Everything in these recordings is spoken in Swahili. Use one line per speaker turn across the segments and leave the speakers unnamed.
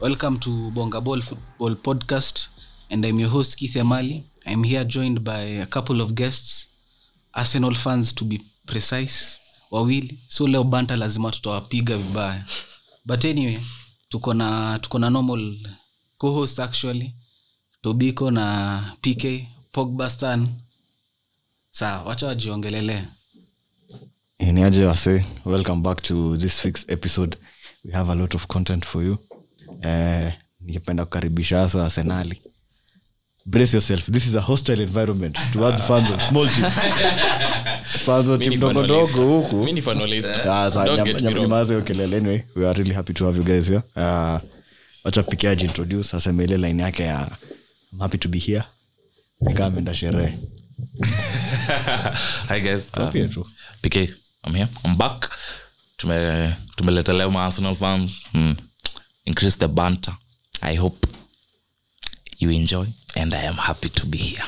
Welcome to Bonga Ball Football Podcast, and I'm your host Keith Amali. I'm here joined by a couple of guests, Arsenal fans to be precise, wawili. So leo banta lazima tutawapiga vibaya, but anyway, tuko na tuko na normal co-host actually, Tobiko na PK Pogba Stan. Sawa, wacha wajiongelelea.
Eh, ni aje wase welcome back to this week's episode we have a lot of content for you eh, ningependa kukaribisha hasa arsenali brace yourself this is a hostile environment towards fans of small teams fans of team ndogo ndogo huku Ah, sawa, nyam- nyam- nyamaza hiyo kelele anyway we are really happy to have you guys here uh, wacha pike ajiintroduce aseme ile line yake ya I'm happy to be here nikaa ameenda sherehe
Hi guys. Uh,
Pia tu
PK, I'm here. I'm back. Tume tumeleta leo ma Arsenal fans. Mm. Increase the banter. I hope you enjoy and I am happy to be here.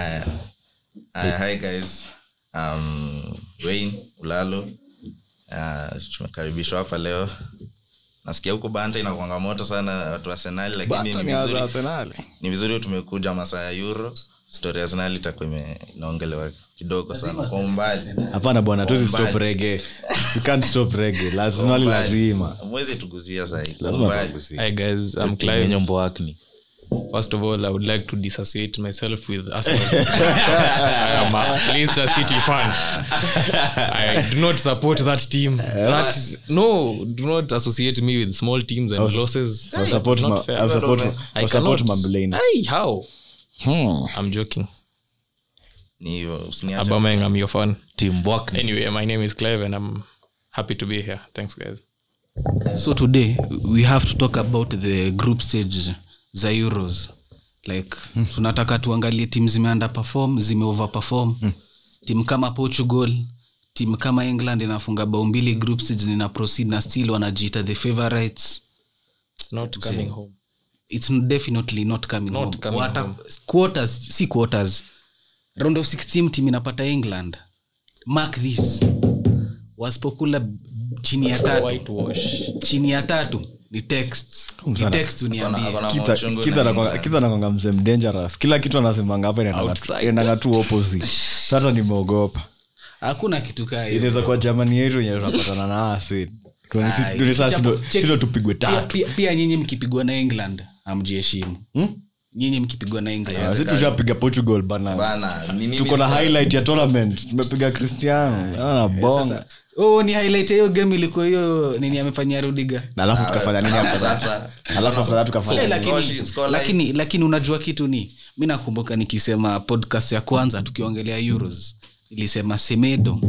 Hi, hi guys um, Wayne Ulalo uh, tumekaribishwa hapa leo nasikia huko banta inakuanga moto sana watu wa Arsenali lakini ni vizuri, ni vizuri tumekuja masaa ya Euro story ya Arsenali itakuwa ime- inaongelewa kidogo sana kwa umbali
hapana bwana tuzi stop
Mbali.
rege you can't stop rege lazima ni lazima
mwezi tuguzia sahi kwa
lazima
umbali
tugusie.
Hi guys, I'm
Lenye
Clive.
nyombo wakni.
First of all, I would like to disassociate myself with Arsenal. I am a Leicester City fan. I do not support that team. That is, no, do not associate me with small teams and losses.
I'll support
It's not
ma-
fair.
I'll support-
I
I'll
I
support
cannot- Ah,
Mamblane.
Hey, how?
Hmm.
I'm joking.
ni hivyo usiniache
Abameng, I'm your fan.
Team wakni.
Anyway, my name is Clive and I'm happy to be here. Thanks, guys.
so today we have to talk about the group stage za euros like tunataka tuangalie tim zimeunderperform zimeoverperform timu kama portugal timu kama england inafunga bao mbili group stage na ina proceed na still wanajiita the favorites
It's not coming home.
it's definitely not coming
Not
home.
coming
Wata-
home.
quarters si quarters round of 16 team inapata england mark this wasipokula chini ya tatu
Whitewash.
chini ya tatu ni texts ni
Sana.
text uniambie
Ako na
Kitha-
mauchungu
Kitha
na
anakwanga-
nini.
Kitha anakwanga msem dangerous kila kitu anasemanga hapa inaendanga tu- inaendanga tu opposite sasa nimeogopa
hakuna kitu kaa hiyo.
inaweza kuwa jamani yetu yenye tunapatana na asi
Ai,
tunisasindo
check-
tupigwe
Pia-
tatu
pia- pia nyinyi mkipigwa na england amjiheshimu nyinyi mkipigwa na england
si tushapiga portugal bana
bana ni nini
tuko na
sasa?
highlight ya tournament tumepiga cristiano ana bonga
oh ni highlight ya hiyo game ilikuwa hiyo nini amefanyia rudiga
na alafu tukafanya nini
Hapo
after that?
sasa
alafu after that tukafanya
Eh,
nini?
lakini-
scoreline- scoreline.
lakini lakini unajua kitu ni mi nakumbuka nikisema podcast ya kwanza tukiongelea euros ilisema semedo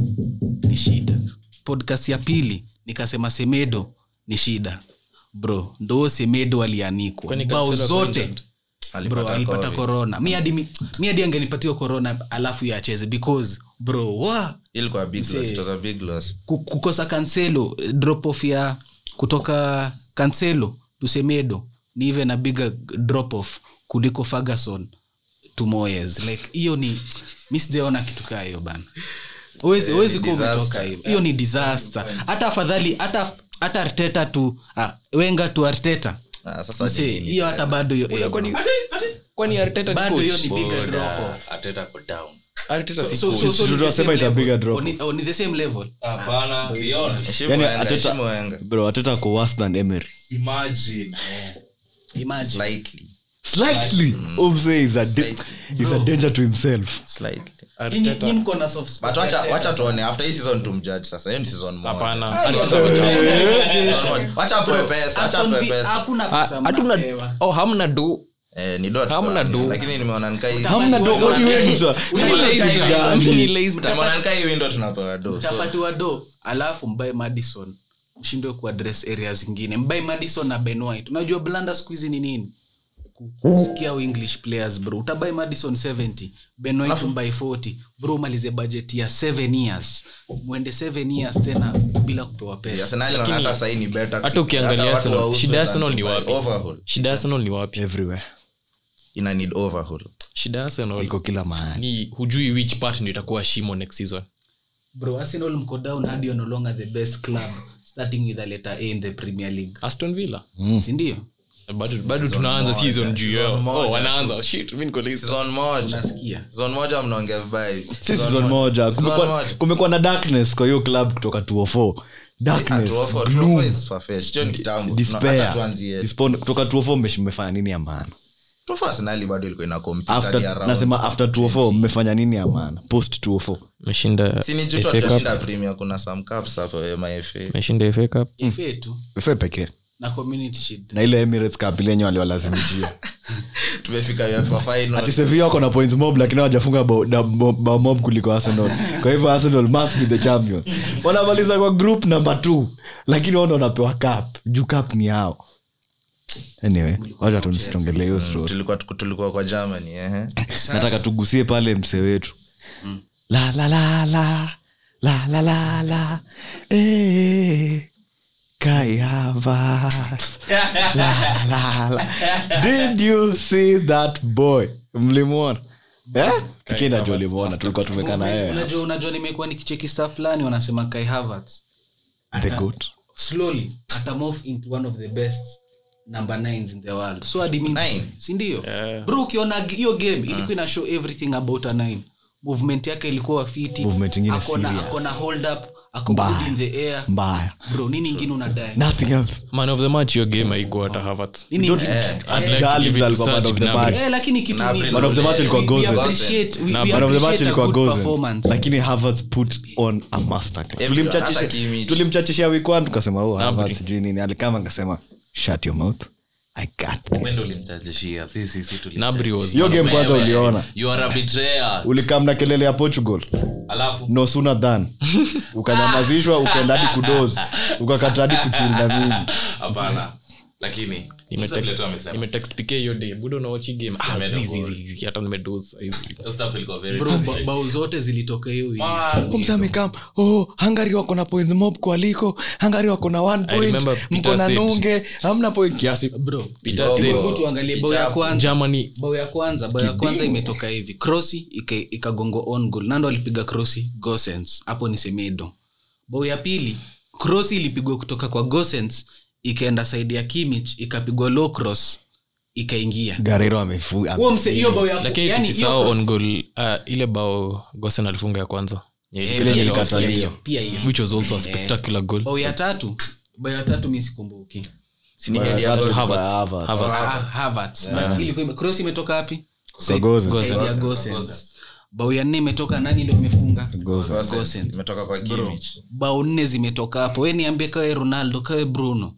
ni shida podcast ya pili nikasema semedo ni shida bro ndoo semedo alianikwa
Kwani
bao
Cancelo
zote bro
Alipata
alipata
COVID.
korona mi hadi mi- mi hadi angenipatiwa korona alafu ya acheze because bro wa
ilikuwa big loss it was a big loss
ku- kukosa kanselo drop off ya kutoka kanselo tusemedo ni even a bigger drop off kuliko ferguson to Moyes. like hiyo ni mi sijaona kitu kaa hiyo bana Huwezi- huwezi kuwa
Eh, disaster. Eh,
umetoka hiyo hiyo ni disaster hata afadhali hata hata arteta tu ah, wenga tu arteta
Ah, sasa ni
Msee,
nini?
hiyo hata bado hiyo eh,
Kwani Arteta ni
bado hiyo
coach?
ni bigger drop off
Ateta ko down.
Arteta si
So- so-
coach.
so ni the
Tunasema
same
it's a
level.
bigger drop
Or ni- or ni the same level
Hapana, beyond.
Heshimu
yani
wahenga, heshimu
ateta
wahenga.
bro ateta ko worse than emery
Imagine.
imagine
Slightly,
slightly omse is a, da- is a danger to himself
slightly.
Nyinyi-
Arteta.
nyinyi mko na soft spot.
But wacha- wacha tuone after hii season tumjudge sasa hiyo ni season moja.
Hapana.
Ah, wacha- wacha- wacha- wacha apewe pesa, wacha
uh, Aston
apewe
Vi-
pesa.
hakuna
Ah,
pesa
hatuna
mnapewa.
oh, hamna do
Eh, ni dot
Hamna
kwanza,
do.
lakini nimeona nikaa hii-
hamna do what do you mean, sir?
Mimi Leicester,
gani?
mimi Leicester.
nimeona nikaa hii window tunapewa do. So,
tapatiwa do alafu mbae madison mshindwe kuadres area zingine mbae madison na ben white unajua blanda siku hizi ni nini Ku- kusikia au english players bro utabai madison 70 ben white mbae 40 bro umalize budget ya 7 years mwende 7 years tena bila kupewa pesa
Arsenal naona hata sahii ni better
hata
hata
ukiangalia
watu
Arsenal,
wauze
shida ya Arsenal
than
ni
buy.
wapi
Overhaul.
shida ya Arsenal ni wapi
everywhere
Ina need overhaul.
shida ya Arsenal
iko kila mahali
ni hujui which part ndio itakuwa shimo next season
bro arsenal mko down hadi you're no longer the best club starting with a letter a in the premier league
aston villa
Mm.
sindio
Hmm.
bado bado tunaanza
moja,
season juu
season
yao
moja
oh
tu.
wanaanza shit mimi niko list
season moja
unasikia
season moja mnaongea vibaya hivi.
si
Season
season moja
Season
kumekuwa,
moja.
kumekuwa na darkness kwa hiyo club kutoka 204 darkness
Ah, Two of four, two of four
gloom
is far-fetched. Hiyo ni kitambo. Tuna- hata
despair
tuanzie-
Despond- kutoka 204 mmesh- mmefanya nini ya maana
two of four Arsenali bado ilikuwa ina compete hadi
after
around.
nasema after 204 mmefanya nini ya maana post 204
meshinda
Si ni juu tu hajashinda premier kuna some cups hapo eh, MFA.
meshinda FA Cup
Mm.
fa tu
Efe pekee
na community shield
na ile emirates cup ile yenye waliwalazimishia
tumefika UEFA final.
ati sevilla wako na points mob lakini hawajafunga bao da- mo- bao mob kuliko arsenal kwa hivyo arsenal must be the champion wanamaliza kwa group number two lakini wao ndo wanapewa cup juu cup ni yao anyway wacha tumsitongelee hiyo story
tulikuwa tulikuwa kwa germany ehe.
nataka tugusie pale mse wetu la la la la la la la la eh, Kai Havertz. La, la, la. did you see that boy mlimwona Eh? tukienda juu ulimwona tulikuwa tumekaa na yeye
unajua unajua nimekuwa nikicheki staff fulani wanasema kai havertz
the goat
slowly atamorph into one of the best number nines in the world so hadi mimi
Nine?
sindio bro ukiona g- hiyo game
Ah.
ilikuwa ina show everything about a nine movement yake ilikuwa fiti
Movement ingine
akona
serious.
akona hold up ako
Mbaya.
good in the air
mbaya
bro nini ingine unadai
nothing else
man of the match hiyo game haikuwa hata Havertz
Nini-
I'd like to
Charles
give it to
alikuwa Eh, man
Serge
of the
Gnabry.
match.
Eh, lakini kitu
Na
ni-
April
Man of the match ilikuwa
we- we
Gozens.
appreciate- we-
Na
we
Man of the match
appreciate a
ilikuwa
good
Gozens,
performance.
lakini Havertz put on a masterclass.
Everyone,
Tulimchachisha-
hata Kimmich.
tulimchachisha week one tukasema oh,
Gnabry.
Havertz sijui nini alikama akasema shut your mouth i got this."
Nabri was
Hiyo game kwanza uliona
ulionaalafu
ulikam na kelele ya portugal no sooner than ukanyamazishwa ukaenda hadi kudozi ukakata hadi kuchili na mingi
hapana lakini
Nimetext- nimetext PK hiyo day budo unawachi game Ah,
Semedo
zi,
goal.
zi, zi, zi, hata nimedoze hizi.
Bro, ba- bao zote zilitoka hiyo wiki.
msa amekam oh, hangari wako na points mob kwaliko hangari wako na one
I remember
point mko
Peter
na
said-
nunge hamna point kiasi
Bro,
Peter
hebu-
said-
hebu tuangalie bao ya
Kichapo.
kwanza
germany
bao ya kwanza bao ya kwanza imetoka hivi krosi ika- ikagongwa on goal nando alipiga krosi gosens hapo ni semedo bao ya pili krosi ilipigwa kutoka kwa gosens ikaenda saidi ya kimich ikapigwa low cross ikaingia
garero amefu- ame-
huo mse hiyo bao ya
lakini
yani hiyo
tusisahau
cross-
on goal ah, ile bao gosen alifunga ya kwanza
Eh,
Ile
pia
nilikataliwa.
hiyo, pia hiyo
which was also a spectacular goal
bao ya tatu bao ya tatu mi sikumbuki
Si ni hadi ya
Havertz.
goal.
Havertz.
Havertz. Havertz.
Ah, Havertz. But ilikuwa ime- cross imetoka wapi Said-
Gosens.
said ya Gosens. bao ya nne imetoka nani ndo imefunga
Gosens.
Gosens.
Imetoka kwa Kimmich.
bao nne zimetoka hapo we niambie kawe ronaldo kawe bruno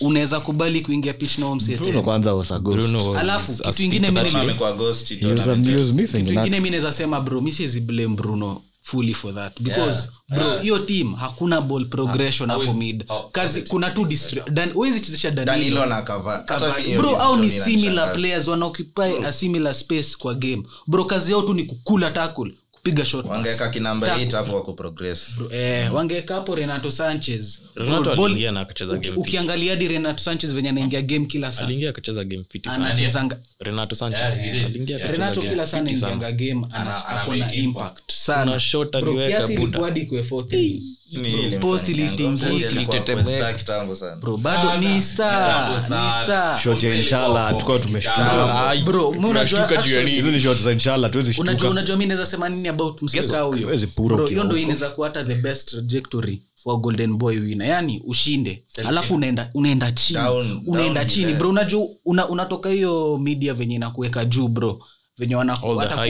unaweza kubali kuingia pitch na huo msee tena?
Bruno kwanza was a ghost.
Bruno was
alafu
a
kitu ingine mi
Tottenham
nime-
imekuwa ghost,
He was
Tottenham.
amused,
kitu
missing
ingine mi naweza sema bro mi siwezi blame bruno fully for that because bro hiyo team hakuna ball progression hapo mid kazi kuna tu distra- Dan- huwezi chezesha danilo
Danilo na Cavani. Hata mimi hiyo
bro au ni
story
similar
inanishangaza.
players wanaoccupy a similar space kwa game bro kazi yao tu ni kukula tackle kupiga shot pass.
wangeweka kinamba 8 hapo wa kuprogress
eh, wangeweka hapo renato sanchez
Renato
Bro, ball-
aliingia na akacheza game fit.
ukiangalia hadi renato sanchez venye anaingia game kila saa
aliingia akacheza game fiti sana
anachezanga
renato sanchez aliingia akacheza
renato
game
kila saa
fiti sana
anaingianga game ana- ako na impact sana
Kuna shot
Bro,
aliweka
kiasi
Buda.
ilikuwa hadi kwe 4-3.
Ni ile
Post
mfanyikazi.
iliting-
Sasa
post
ilikuwa
ilitetemeka.
kwa star kitambo sana.
Bro, bado ni star, ni star.
shot ya inshallah tukawa tumeshtuka
Ai,
Bro, mi unajua
tunashtuka juu ya
actually-
hizi
nini?
ni shot za inshallah tuwezi
unajua
shtuka
unajua mi naweza sema nini about msika huyo
huwezi pura
Bro,
ukiwa
hiyo ndo
huko.
inaweza kuwa hata the best trajectory for golden boy winner yani ushinde alafu unaenda unaenda chini
Down-
unaenda
down,
chini
yeah.
bro unajua una, unatoka hiyo media venye inakuweka juu bro venye
All the hype,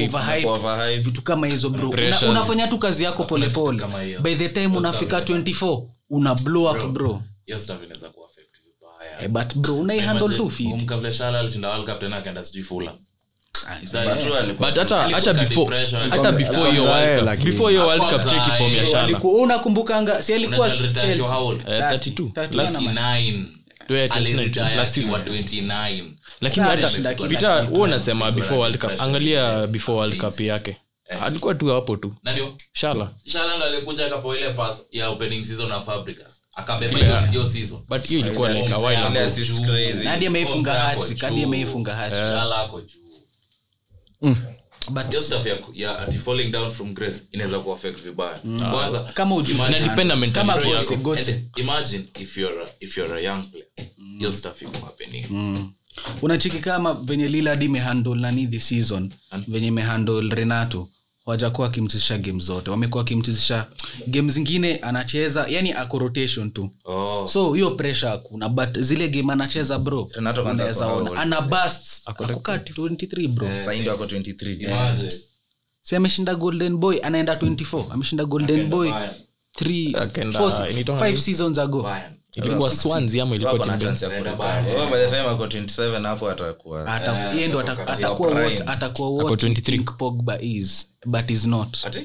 Kwa
wanakuva
overhype.
vitu kama hizo bro una,
Pressures.
unafanya tu kazi yako polepole by the time unafika 24 una blow up bro eh, but bro unaihandle tu fit
akaenda sijui fula
But true alikuwa-
but hata hata before
depression,
hata before hiyo
alikuwa
world cup
lakini-
before hiyo world cup
Kwanza,
cheki form ya
eh,
shala
Alikuwa- unakumbukanga si alikuwa
Unajua retire
Chelsea.
akiwa how old?
Eh, 32.
31
Last
ama-
29
Yeah, 29,
Aliretire
last season.
akiwa 29
lakini
Sana
hata
shida kila
peter
kitu.
huo unasema before
na
world cup
depression.
angalia before world cup yake alikuwa tu hapo tu
Na ndio
shala
Shala ndo alikuja akapewa ile pass ya opening season na Fabregas. Akabeba hiyo- hiyo season.
but hiyo ilikuwa like a while
Ile
ago
assist crazy.
Na hadi ameifunga
Form zako
hat-trick,
juu.
hadi ameifunga hat-trick.
Shala ako juu.
But-
Hiyo stuff ya ku- ya ati falling down from grace inaweza kuaffect vibaya kwanza
Mm. Kama hujui-
imagine-
Inadepend na mentality
Kama
yako.
goat- and imagine if you're a- if you're a young player hiyo stuff iko happening
unacheki mm. kama venye lilad imehandle nani this season venye imehandle renato wajakuwa wakimchezesha game zote wamekuwa wakimchezesha game zingine anacheza yani ako rotation tu
oh
so hiyo pressure hakuna but zile game anacheza bro
Renato kwanza
unaweza
ako
ona.
old.
ana bust ako Eh. kati 23 bro
Sahi ndio ako 23
imagine
si ameshinda golden boy anaenda 24 ameshinda golden boy
Bayern.
three,
Akaenda-
four,
inaitwa
five
nani?
seasons ago
Bayern.
ilikuwa swanzi ama ilikuwa
Ako na
Tembe?
chance ya
Naenda
kuruka.
Bayern.
Oh, by the time ako 27 hapo atakuwa
Ah, Ata- yeye ndo ata-
atakuwa
atakuwa what
prime.
atakuwa what we
23.
think pogba is but is not
Ati?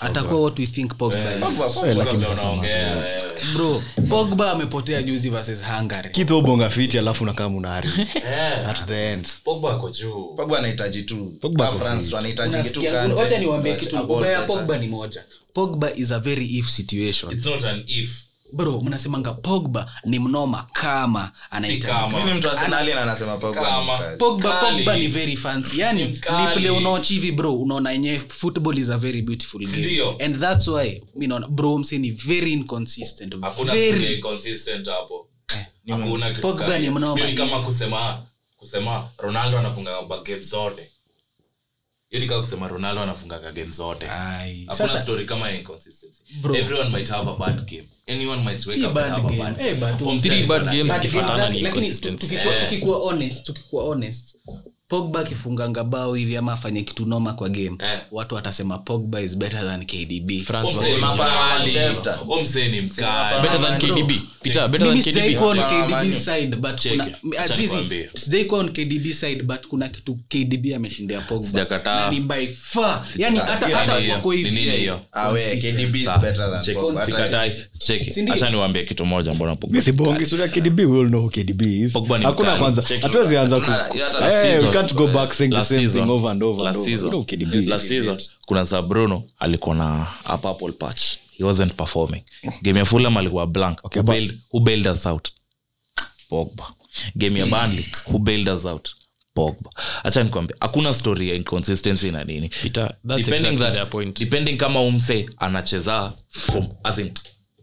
atakuwa what we think pogba is.
lakini
Kabla
sasa
unaongea, eh,
bro pogba amepotea juzi versus hungary
kitu ubonga fiti alafu nakaa mnari
eh,
at the end
Pogba ako juu
Pogba anahitaji tu
Pogba
Ah,
ako
France tu anahitaji kitu
Unasikia-
kante.
wacha niwaambie kitu
A ball
ubaya
better.
pogba ni moja pogba is a very if situation
it's not an if
bro mnasemanga pogba ni mnoma kama
si
anahitaji
kama
Mimi ni mtu wa Arsenali na anasema Pogba ni
Kama.
mkali.
pogba
Kali.
pogba ni very fancy yani
Kali.
ni play unaochivi bro unaona yenyewe football is a very beautiful game
Ndio.
and that's why mi naona bro mse ni very inconsistent
hakuna
very
play consistent hapo hakuna kitu
Pogba
kali.
ni mnoma.
Hiyo ni kama kusema kusema ronaldo anafunga ba- game zote hiyo ni kama kusema ronaldo anafungaga game zote
Ai.
hakuna
Sasa-
story kama ya inconsistency
Bro.
everyone might have a bad game anyone might wake
Si
up
bad
and have
game.
a bad
Eh, but-
Pomzi
Three
alikuwa
bad
na-
games
But
zikifuatana ni
exactly, lakini tu-
inconsistency.
tukikuwa-
Eh.
tukikuwa honest- tukikuwa honest pogba akifunganga bao hivi ama afanye kitu noma kwa game
Eh.
watu watasema pogba is better than kdb
France
Pomzi ni
wasema-
Mfano wa
mkali.
Manchester.
Pomzi ni mkali.
better than
Bro.
KDB. Peter, better
Mimi
than
sijai
KDB.
kuwa on
Hapana,
KDB
Manu.
side, but
Cheki,
kuna-
acha
at least-
nikwambie.
sijai kuwa on KDB side, but kuna kitu kdb ameshindia Pogba.
Sijakataa.
Na ni by far. Yani hata-
Hiyo
hata
ni hiyo.
wako hivi.
Ni nini hiyo?
Ah, we,
Consistent.
KDB is better than
Check.
Pogba. Hata-
Sikatai. Cheki.
Si ndio?
acha niwaambie kitu moja mbona Pogba
mi si
ni
bongi
mkali.
sura kdb we all know who kdb is
Pogba ni
hakuna
mkali.
kwanza
Check.
hatuwezi anza ku
Hatuna- hata last
Eh, we
season.
can't go back saying the
Last
same
season.
thing over and over and
Last
over.
season.
We know who KDB is.
Last season, kuna sa bruno alikuwa na a purple patch he wasn't performing game ya fulham alikuwa blank
Okay,
who,
but-
bailed, who bailed us out pogba game ya bandly who bailed us out pogba hacha nikwambia hakuna story ya inconsistency na nini
Peter, that's
Depending
exactly
that-
their point.
depending kama umse anacheza from as in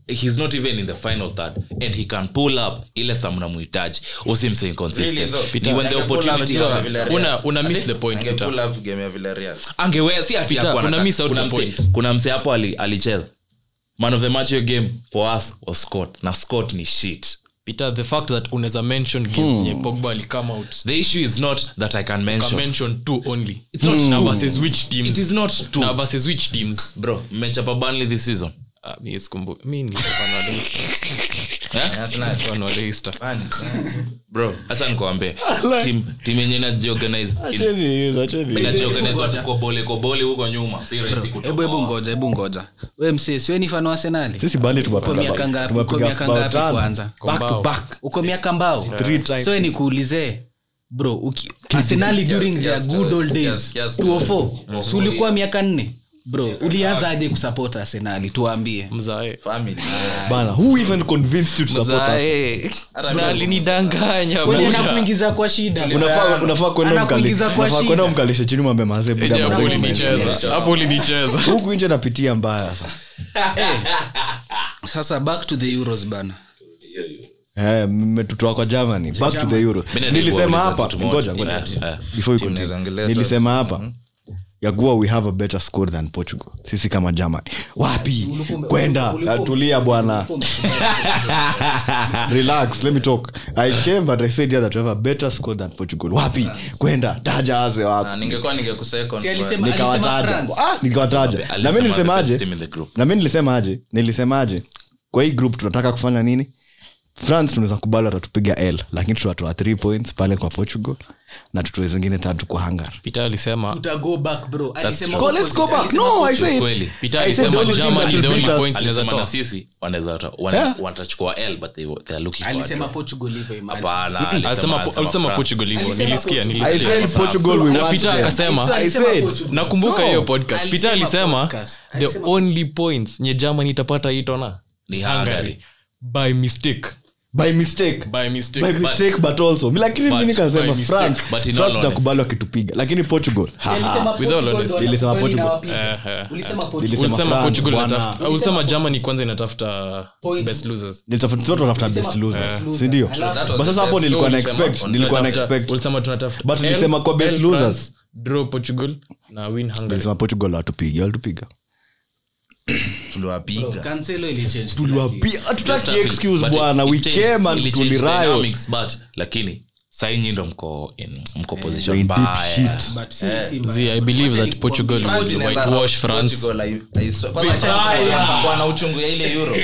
he's not even in the final third and he can pull up ile samnamhitaji usimse inconsistent
Really though,
Ni when the
Angepull up
opportunity
game ya
arises.
Villarreal.
Una- una miss the point,
Angepull
Peter.
up game ya Villarreal.
angewea si ati
Peter,
hakuwa
una
anataka.
miss out
Kuna
the
mse-
point.
kuna mse hapo ali- alicheza man of the match hiyo game for us was scott na scott ni shit
Peter, the fact that unaweza mention games yenye pogba alicome out
the issue is not that i can
ka
mention
mention two only
it's not
Na
two.
versus which
it
teams
is not
na
two
versus which teams
bro mmechapa Burnley this season
Ah, mi sikumbu- mi nilikuwa fan wa Leicester,
Arsenal.
fan wa Leicester.
Man, eh.
Eh? bro hacha nikuambie team team yenye inajiorganize in-
Acheni hizo, acheni hizo.
inajiorganize watu kwa bole kwa bole huko nyuma si rahisi kutoka
Hebu- hebu ngoja hebu ngoja we msee siweni fan wa Arsenali?
sisi bali
Uko miaka ngapi- uko miaka ngapi kwanza
Kwa bao.
uko miaka mbao
Three times.
so nikuulize bro uki- arsenali during their
yes,
good old
yes,
days
yes.
204 si ulikuwa miaka nne bro ulianzaje kusupport arsenali tuambie
Mzae.
Family.
bana who even convinced you to support us
Mzae.
Hata
Na
mimi
alinidanganya,
kweli
buda.
anakuingiza kwa shida
unafaa unafaa kwenda mkali-
Anakuingiza kwa
unafaa
shida.
kwenda mkalishe chini mwambe mazee
Eje,
buda
hapo
mambo imeenda.
ulinicheza. Hapo ulinicheza.
huku nje napitia mbaya sana
sasa back to the euros bana
Eh, mmetutoa kwa germany back to the euro
Mimi
nilisema
nilikuwa
hapa
kitu moja.
ngoja ngoja.
Yeah, yeah.
Before you
Timu
continue.
inaweza ongelea
nilisema
Mhm.
hapa yakuwa we have a better score than portugal sisi kama germany wapi kwenda atulia bwana relax let me talk i came but i said yeah, that we have a better score than portugal wapi kwenda taja aze wapi
Ah, ningekuwa ningekusecond
Si
kwa-
alisema- alisema
nikawataja
France.
Ah, nikawataja
Alisema
na mi nilisemaje
the best team in the group.
na mi nilisemaje nilisemaje kwa hii group tunataka kufanya nini france tunaweza kubali watatupiga l lakini tutatoa th points pale kwa portugal na tutoe zingine tatu kwa hungary
Peter alisema
tutago back bro alisema
Go, let's go
opposite.
back. No, I
Alisema
said-
kweli
Peter
I said the
alisema
only team that
Germany the
will
only
beat us.
points inaweza
alisema na
toa.
sisi wanaweza wana-
Yeah.
watachukua l but they, they are looking for a
alisema
draw.
portugal hivyo imagine.
Hapana, alisema-
Alisema-
alisema
alisema
France.
portugal hivyo
Alisema
nilisikia
Portugal.
i
nilisikia
said portugal we
na
want
So
them.
peter akasema
I
alisema
said-
Portugal.
nakumbuka hiyo podcast
Alisema
peter alisema
podcast.
the
Alisema
only points nye germany itapata itona
Ni Hungary.
by mistake
by mistake
by mistake,
by
but-
mistake but, also lakini
but
mi nikasema
by mistake,
france
but in all
france
honesty.
itakubali wakitupiga lakini portugal ha,
With all honesty,
ilisema Portugal. Ulisema
ulisema
France,
portugal
bwana.
inatafuta- ah, ulisema germany kwanza inatafuta
Point.
best losers
nilitafuta sio tunatafuta best losers sindio but sasa hapo nilikuwa na expect nilikuwa na expect
ulisema tunatafuta
But
L-
ulisema kwa best
L
losers.
France, draw portugal na win hungary
nilisema portugal watupiga walitupiga
tuliwapiga
tuliwapia
Just
hatutaki
a feel,
excuse
but it-
bwana
it
we
changed-
came and
it changed
tulirayo
dynamics, but lakini sainyi ndo mko in- mko
Eh. in
position
deep
mbaya.
shit.
See, I believe that Portugal would whitewash France.
watakuwa na uchungu ya ile euro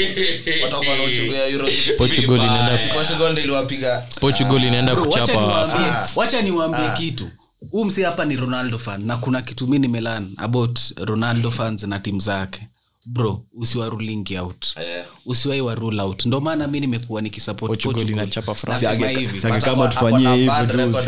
watakuwa na uchungu ya euro 60.
Portugal inaenda-
Portugal ndio iliwapiga
portugal inaenda kuchapa
Ah.
wacha niwaambie kitu huu msi hapa ni ronaldo fan na kuna kitu mi nimelan about ronaldo fans na timu zake bro usiwarulingi out
Eh.
usiwai wa rule out ndo maana mi nimekuwa nikisupport
Portugal
Portugal.
inachapa France.
Nasema
Siange-
hivi.
siange kama
Ako- ako na
tufanyie hivyo
bad
juzi.
record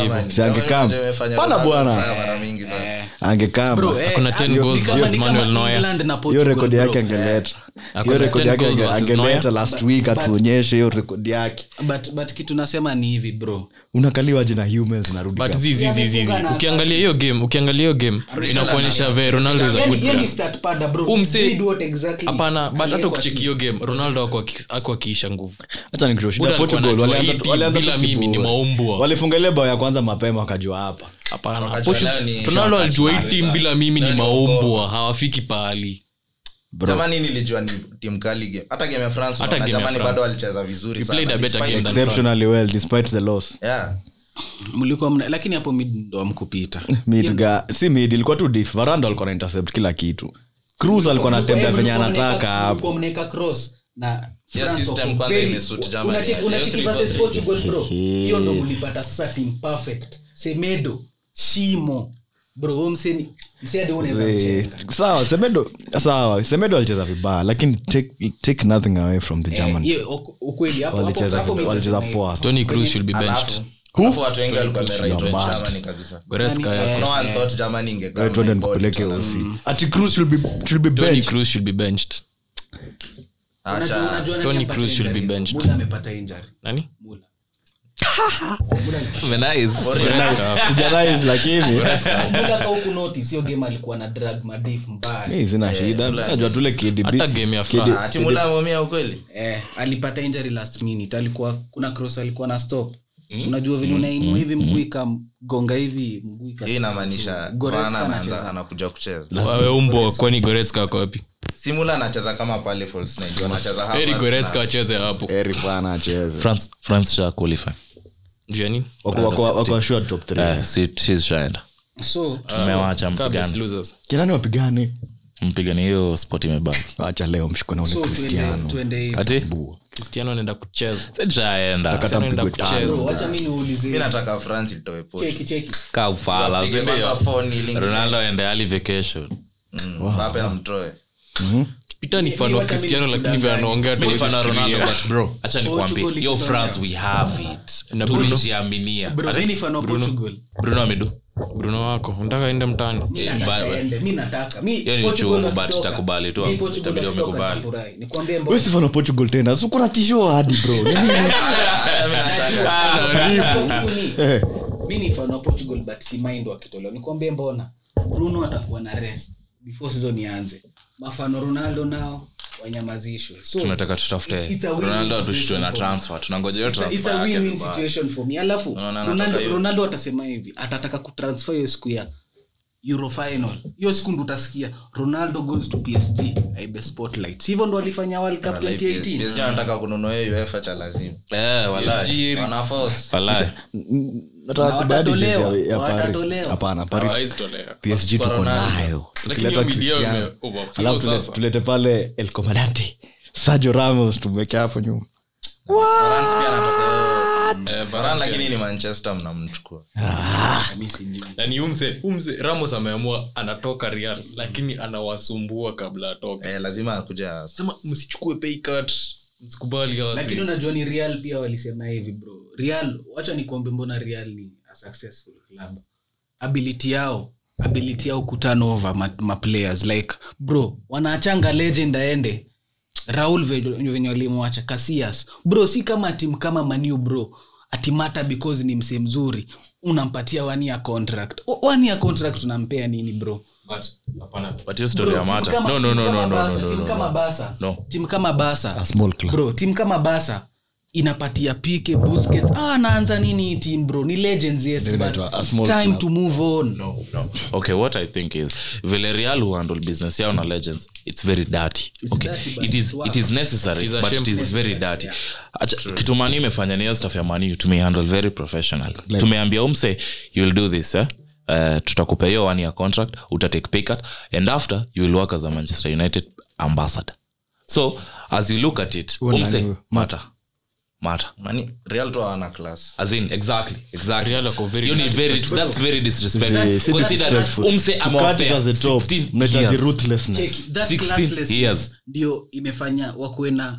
against
hivyo.
Germany.
Si angekam.
Germany imefanya
Pana
Ronaldo
bwana.
vibaya mara mingi sana.
angekama
Bro, eh,
Kuna 10
ni
goals
kama-
versus
ni kama
Manuel Neuer.
England na
hiyo
Portugal,
rekodi yake
bro.
angeleta hiyo
Hakuna
rekodi
10
yake
goals
ange-
versus
angeleta
Neuer.
last week atuonyeshe hiyo rekodi yake
Eh, But- but kitu nasema ni hivi bro
unakaliwa jina humans narudi
but
kwa-
zi zi zi zi zi. ukiangalia hiyo game ukiangalia hiyo game inakuonyesha ve ronaldo is a good player Huu mse- hapana but hata ukicheki hiyo game ronaldo ako aki- ako akiisha nguvu
Acha nikutoe shida.
Buda alikuwa
Portugal
anajua
walianza-
hii team
walianza
bila
tu
mimi
kiburi.
ni maumbwa.
Walifunga ile bao ya kwanza mapema wakajua hapa
hapana
Wakati
Portu-
wanao ni-
ronaldo alijua hii
Wakati
team bila mimi ni
wanao ni
maumbwa hawafiki pahali
Bro.
jamani nilijua ni timu kali game hata game ya france
Hata
unaona
game ya
jamani
France.
bado walicheza vizuri
We
sana,
played a better
despite-
game than-
exceptionally well despite the loss
Yeah.
mlikuwa mna lakini hapo mid ndo amkupita
mid ga- si mid ilikuwa tu diff varanda alikuwa na intercept kila kitu cruz alikuwa natembea venye anataka hapo
Hiyo system kwanza imesuit Germany. Hiyo three goals.
hiyo ndo mlipata sasa team perfect semedo shimo bro huyo mseni msedi unaweza
Eh,
mchenga
sawa semedo sawa semedo alicheza vibaya lakini take, take nothing away from
Eh,
the german team.
Hiyo, uku- ukweli hapo hapo-
walicheza
hapo
vib-
mimi
walicheza
nasema
poa
tony cruz should be
Alafu-
benched
alafu watu wengi walikuwa wameraid
You're mad.
Germany kabisa.
goretzka
Nani-
yako
No one thought Germany ingekam
Wewe tuende
na ball.
nikupeleke OC. ati cruz should be, should be
tony
benched.
cruz should be benched
Unajua-
Acha.
unajua nani
Tony
amepata
Cruz should be
injury?
benched.
Muller amepata injury
nani
Muller.
Sijarize, lakini
Muller kwa huku notice hiyo game alikuwa na drag madif mbaya
mi sina shida najua tule KDB
hata game ya
KD
france
Ati Muller ameumia ukweli?
eh, alipata injury last minute alikuwa kuna cross alikuwa na stop
Hmm?
So unajua vile unainua hivi mguu ikamgonga hivi mguu ika-
Hii inamaanisha
Goretzka
Bwana anaanza-
anacheza.
anakuja kucheza.
wawe umbwa kwani goretzka ako wapi
Si Muller anacheza kama pale false nine, ndio anacheza hapa
eri
sana.
goretzka acheze hapo
Eri bwana acheze
France- France sha qualify.
jiani
Wako- wako- wako assured top three.
Eh, si- si shaenda.
so
Ah,
Tumewacha
Kaa best
mpigane.
losers
Kirani wapigane
Mpigane hiyo spot imebaki.
acha leo mshikone ule
so tuende-
kristiano
tuende hivi.
Ati?
cristiano anaenda kucheza
Sishaenda.
Kata
anaenda
mpigwe tano.
kucheza
Bro, wacha mi niulize
Mi nataka France itoe pochi.
cheki cheki
Kaa
Ah,
ufala,
Wapige
vipi
kwanza
hiyo?
four nil ingine.
ronaldo ende ali vacation
Mm, Mbappe amtoe.
peter ni fan wa cristiano lakini vile anaongea tu
Fan wa Ronaldo,
usifikirie.
but bro acha nikwambie
Portugal
hiyo
iko
france we have it
Na Bruno.
tujiaminia
bro mi ni fan wa Portugal.
bruno amedu
bruno wako unataka enda mtaani
Mi nataka
but-
ende, mi nataka. Mi
Eh, Hiyo ni
Portugal
uchungu, but
wakitoka.
itakubali tu,
Mi Portugal
itabidi
wakitoka
wamekubali.
nitafurahi. Nikwambie mbona.
We si fan wa portugal tena sukuna tisho hadi bro Yaani,
Ah, mi nashangaa.
Kitu ni,
Eh,
mi ni fan wa Portugal, but si mind wakitolewa nikwambie mbona bruno atakuwa na rest before season ianze mafano ronaldo nao wanyamazishwe so,
tunataka
it's-
tutafute
it's a win-win
ronaldo tushtue
situation
na
for-
transfer tunangoja hiyo
it's a- it's
transfer
a
yake
win-win
vibaya.
situation for me alafu
Unaona,
Ronaldo-
anataka hiyo.
ronaldo atasema hivi atataka kutransfer hiyo siku ya euro final hiyo siku ndo utasikia ronaldo goes to psg aibe spotlight Si hivyo ndo alifanya world
Ah,
cup
Like, PSG
2018
wanataka kununua hiyo UEFA cha lazima.
Eh, wallahi.
Wana force.
Wallahi.
nataka kudadi jezi ya-
Hawatatolewa,
ya Paris.
hawatatolewa.
hapana Paris
Hawezi tolea.
PSG
Kwa
tuko
Ronaldo.
nayo
Lakini
Tukileta
hiyo mid yao
Cristiano.
ime- overflow
Alafu tule-
sasa.
tulete pale el comandante sergio ramos tumweke hapo nyuma
Varane pia anatoka- Eh, Varane lakini ni Manchester mnamchukua.
Ah.
Ah, Mi sijui.
na ni Yaani umse umse ramos ameamua anatoka real lakini anawasumbua kabla atoke
Eh, lazima akuja
sema msichukue pay cut msikubali hawa
lakini
si-
unajua ni real pia walisema hivi bro real wacha nikuombe mbona real ni a successful club ability yao ability yao kuturn over ma, ma players like bro wanaachanga legend aende raul ve- venye walimwacha kasias bro si kama tim kama maniu bro atimata because ni msee mzuri unampatia wania contract wania contract unampea nini bro
but hiyo story ya mata no no no no no no no, no no No.
tim kama basa
A small club.
bro tim kama basa inapatia pike Busquets. ah anaanza nini hii team bro ni legends yes
Ndio
but
inaitwa a
it's
small
time
club.
to move on
no no okay what i think is vile real who handle business yao na legends it's very dirty
It's
okay
dirty, but
it
it's
is
work.
it is necessary
It is a
but it
shameful
is very dirty Acha, kitu mani imefanya ni hiyo stuff ya mani tumehandle very professional tumeambia umse you will do this eh? Uh, tutakupa hiyo one year contract utatake pay cut and after you will work as a manchester united ambassador so as you look at it
Huo nani
umse
huyo?
mata mata
Mani, real tu hawana class
as in exactly exactly
Real wako very
You need very that's very
Si- si
disrespectful consider
disrespectful.
umse
To cut it at the top, mnaita the
amewapea
ruthlessness.
Check, that
16
classlessness
years.
ndio imefanya wakuwe na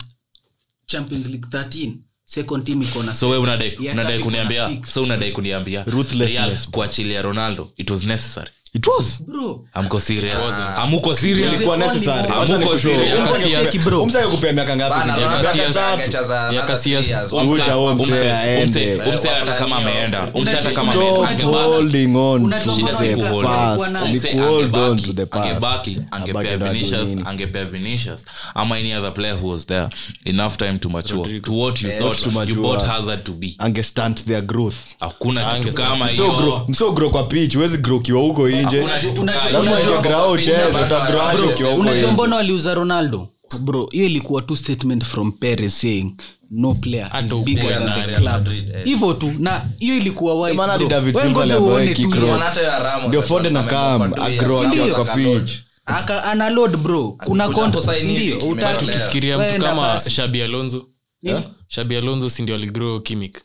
champions league 13 second team iko na
so we unadai
Yeah,
unadai
Kapi
kuniambia
kuna six.
so unadai kuniambia
Ruthlessness.
Real kuachilia ronaldo it was necessary
It was.
bro
amko serious amuko Ah. serious
Ilikuwa-
Ilikuwa necessary.
Amuko
Wacha nikushow.
serious.
Umse angekupea-
Yes, bro.
Umse angekupea miaka
Bana,
ngapi?
Ronaldo
Casillas-
akatangacha za
ya
another
Casillas-
three years.
Umse-
Umse-
umse
umse-
aende.
umse- umse hata
Wapalania.
kama ameenda umse hata kama
Stop
ameenda angebaki.
holding on to
Unajua
She
She
the
doesn't
doesn't
go
hold
past.
on.
Ni
Umse
kuhold on to the
angebaki,
past.
angebaki, angepea
Abaki na
Vinicius,
nini.
angepea Vinicius, ama any other player who was there enough time to mature to what you thought
Eh, to mature.
you bought hazard to be
Angestunt their growth.
hakuna kitu
Ange-
kama
Msio grow-
hiyo
msio grow kwa pitch huwezi grow ukiwa huko nje
Hakuna kitu
Unajua-
kama
lazima
hiyo.
Unajua-
utagrao
Bado
ucheze utagrao aje
hawana-
ukiwa huko
unajua
nje
mbona waliuza ronaldo bro hiyo ilikuwa tu statement from Perez saying no player is
Hata
bigger
ubora
than
na
the
Real
club
Madrid, eh.
hivyo tu na hiyo ilikuwa wise,
Maana
bro.
David
Wewe
Silva
ngoja
aliambiwa
uone
hii
tu
kick
hiyo.
cross.
Mana hata ya Ramos
Ndio Foden
alikuwa
akam,
amekufa tu,
agro
yes,
akiwa
Ramos
kwa
akaload.
pitch.
Aka- analod bro kuna
Alikuja
contract,
kusaini
si ndio? Utatu
hivi, kimelea.
kifikiri-
fikiria mtu
Wenda
kama
basi.
shabi alonzo
Nini?
shabi alonzo sindio aligrow kimik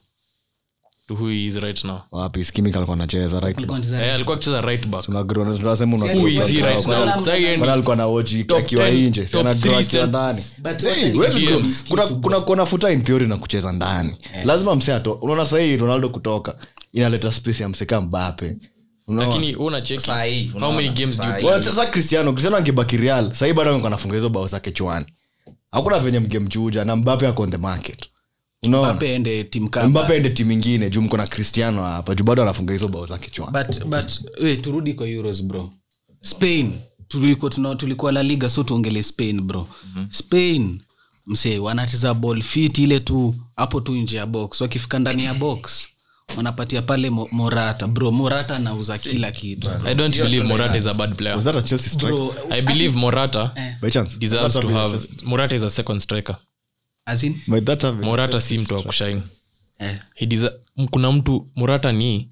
to who he is right now
wapi skimik alikuwa anacheza right back.
Alikuwa ni
Eh,
za-
alikuwa akicheza right back
Tuna grow- na tunasema una
Si
grow
who is he
kwa
right
grow.
now
Alikuwa-
Sasa yeye
Maana
ni-
alikuwa na watch akiwa
10,
nje si
top
ana grow
three
akiwa
cent-
ndani
But
Hey,
what is
huwezi
it?
grow.
games.
kuna kuna kuona futa in theory na kucheza ndani
Eh.
lazima mse ato unaona sahii ronaldo kutoka inaleta space ya mseka mbape Unaona?
lakini wewe unacheki
Saa hii,
how many
unaona,
games do
saa
you
hii.
wanacheza cristiano cristiano angebaki real sahii bado angekuwa anafunga hizo bao zake chwani hakuna venye mgemchuja na mbape ako on the market unaona
Mbappe ende team cover.
mbape ende timu ingine juu mko na cristiano hapa juu bado anafunga hizo bao zake chwani
but but we, turudi kwa euros bro spain tulikuwa, tuna, tulikuwa la liga so tuongele spain bro mm-hmm. spain msee wanacheza ball fit ile tu hapo tu nje ya box wakifika ndani ya box wanapatia pale mo, morata bro morata anauza kila kitu
i don't believe morata is a bad player
was that a chelsea strike
bro
i believe morata
by chance
deserves
That have
to
been a
have
Chelsea-
morata is a second striker
as in,
might that have been-
morata si mtu wa kushine
eh,
He desa- m- kuna mtu morata ni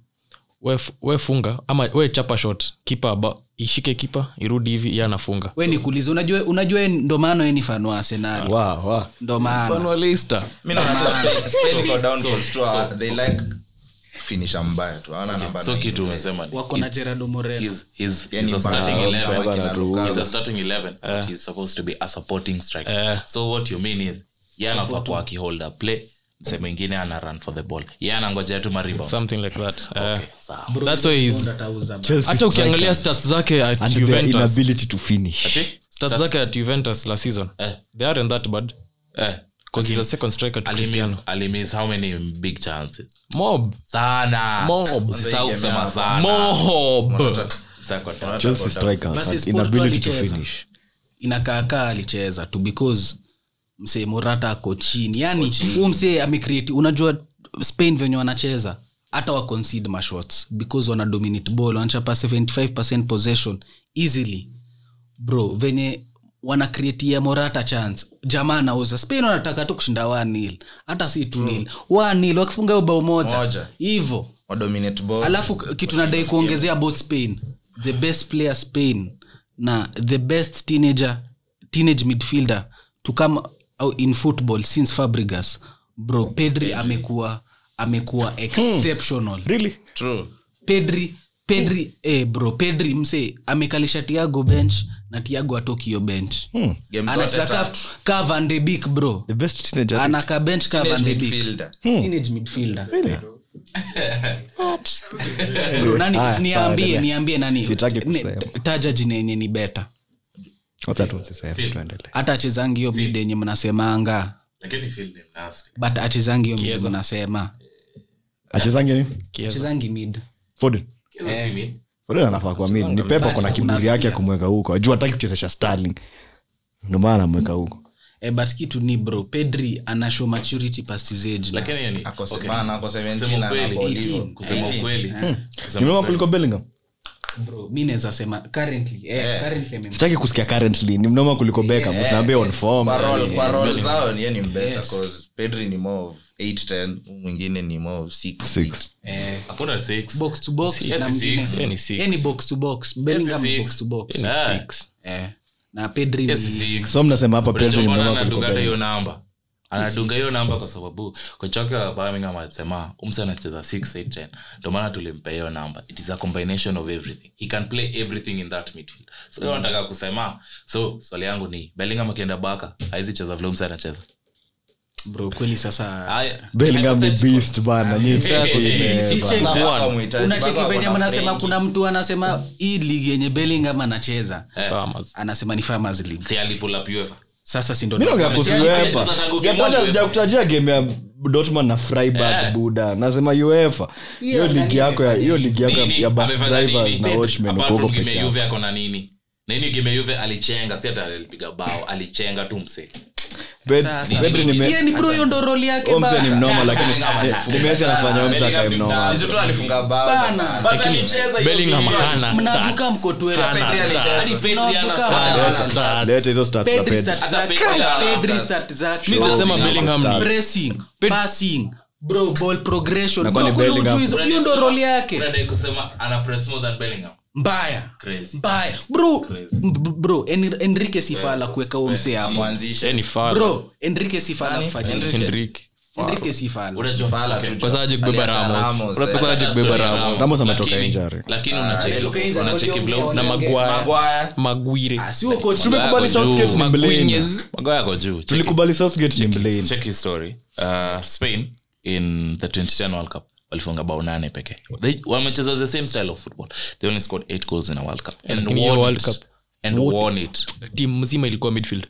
we f- we funga ama we chapa shot kipa ba ishike kipa irudi hivi ye anafunga
we nikuulize unajua unajua ndo maana we ni fan wa arsenal
Wow, wow.
ndo maana
Mi naona hata Spain- Spain iko down for two hour. They like finisher mbaya tu hawana namba
so
nine.
kitu umesema ni
wako na gerardo moreno
he's- he's-
Yani
he's a
bana,
starting
bana,
11.
bana,
Bana,
He's
bana,
a starting 11, but he's supposed to be a supporting striker.
Eh.
so what you mean is ye anafaa kuwa akihold a play mse mwingine ana run for the ball ye anangoja tu mariba
something like that Eh,
sawa
that's why he's
atauza bro.
Chelsea
hata ukiangalia
strikers
stats zake at
and their
Juventus
inability to finish.
stats zake at Juventus last season
Eh.
they aren't that bad
eh,
because he's a second striker to
alimiss
Cristiano
alimiss how many big chances
mob
sana
Mob.
usisahau kusema sana
mob
Wanataka-
Second half.
Chelsea strikers
Basi
and
Sport tu
inability to
alicheza.
finish.
inakaakaa alicheza tu because msee morata ako chini yani huu msee amecreate unajua spain venye wanacheza hata waconcede mashots because wana dominate ball wanachapa 75 possession easily bro venye wanakreatia morata chance jamaa anauza spain wanataka tu kushinda wanil hata si tunil wanil wakifunga hiyo bao moja
Moja.
hivo
Wadominate ball.
alafu k- kitu nadai kuongezea about spain the best player spain na the best teenager teenage midfielder to come out in football since fabregas bro pedri amekuwa amekuwa
Hmm.
exceptional
True.
pedri
Hmm.
pedri eh, bro pedri mse amekalisha tiago bench na tiago atokio bench
Game
anacheza
zote
ka-
Hmm. tatu.
ka Van de Beek, bro
The best teenager.
anaka bench ka Van de
Teenage
Beek.
midfielder.
Hmm.
Teenage midfielder. Bro, nani-
Haya, sawa,
niambie
endelea.
Ah,
niambie nani
Sitaki
ne-
kusema.
taja jina yenye ni beta
wacha tu msisahau, tuendelee
hata achezangi hiyo mid yenye mnasemanga but achezangi hiyo mid mnasema
achezange nini
achezangi mid
Foden. Foden anafaa kwa mid ni pepa kona kiburi yake ya kumweka huko juu hataki kuchezesha starling ndio maana anamweka huko
eh, but kitu ni bro pedri ana show maturity past his age na-
Ako semana, ako 17 na
ukweli,
hapo
eighteen. Eh,
Olivo.
kusema
18.
ukweli
Ni mwema kuliko bellingham
bro mi naweza sema currently eh, currently amem-
sitaki kusikia currently ni mnoma kuliko Beckham usinaambia on form
Kwa role- kwa role zao ni- yeye ni mbeta, 'cause pedri ni more of 8, 10, huyu mwingine ni more of six,
Six.
eh,
hakuna six
box to box
Yes,
na
six.
mwingine.
Yes,
Yeah, ni six.
Yeye ni box to box Bellingham ni
six.
box to box
Ah.
Six.
eh, na pedri
Yes,
ni-
six.
so mnasema hapa Pedri ni
Unajua mbona
mnoma kuliko
anadunga hata hiyo
Bellingham
namba anadunga hiyo namba kwa sababu kochoke wa birmingham alisema umse anacheza 6 ndio maana tulimpea hiyo namba it is a combination of everything he can play everything in that midfield so hiyo nataka kusema so swali yangu ni bellingham akienda baka haizi cheza vile umse anacheza
bro kweli sasa
Haya,
Bellingham ni
hypothetical.
beast bana ni
Hey, hey, hey,
msako
hey,
Sasa
Bwana.
hapa muhitaji,
unacheki
baba
venye
ako na
mnasema
Frenkie.
kuna mtu anasema hii ligi yenye bellingham anacheza
Farmers.
anasema ni farmers league
Si alipull up UEFA.
sasa si
mi naongea
ndo
kuhusu
Sijaje
uefa
kucheza tangu
sijapata
Kimani
sijakutajia game ya dortmund na freiburg
Eh.
buda nasema uefa hiyo ligi yako ya hiyo ligi yako ya-
Nini?
ya bus
Amefanya
drivers
nini?
na
Pedri.
watchmen
Apart
uko huko
from
peke
game ya
yako.
Juve ako na nini na hiyo game ya Juve alichenga si hata alipiga bao alichenga tu msee
Ped- Pedri nime-
ni bro hiyo ndo role yake
Omse ni
basa.
mnoma lakini ni- ni Messi anafanya Omse
Bellingham
akae
ni
mnoma
mnazi.
Hizo tu alifunga bao
Bana.
na-
But alicheza hiyo
Bellingham
game.
hana
mnaanguka
stats.
mko
Hana stats.
Hadi
Leta-
Hana
stats.
leta hizo stats za Pedri.
Hata Pedri hana stats.
Mi nasema Bellingham ni- Na kwani Bellingham-
tuwezahiyo ndo role yake
Unadai kusema ana press more than Bellingham.
mbaya
Crazy.
mbaya bro
Crazy.
m- bro En- enrique sifala kuweka huo msee hapo
Mwanzishe.
Eh, ni Farah.
bro enrique sifala
Nani?
kufanya
Enrique.
Henrique.
enrique sifala
Unajua
Fala
okay.
tu.
Unawezaje kubeba
Aliacha
Ramos?
Ramos, eh.
Unawezaje kubeba
Story ya
Ramos?
Ramos ametoka
Lakini-
injury.
lakini unacheki-
alitoka injury,
unacheki
ndio
blows.
na magwaya
Maguire.
magwire
asiwo coach
Tumekubali Southgate ni Blaine.
Magwaya yako juu. Cheki.
tulikubali Southgate ni Blaine.
check his story uh, spain in the 2010 world cup walifunga bao nane pekee They- wamecheza the same style of football they only scored eight goals in a world cup and
Lakini hiyo
won
World
it.
Cup,
and won it
timu mzima ilikuwa midfield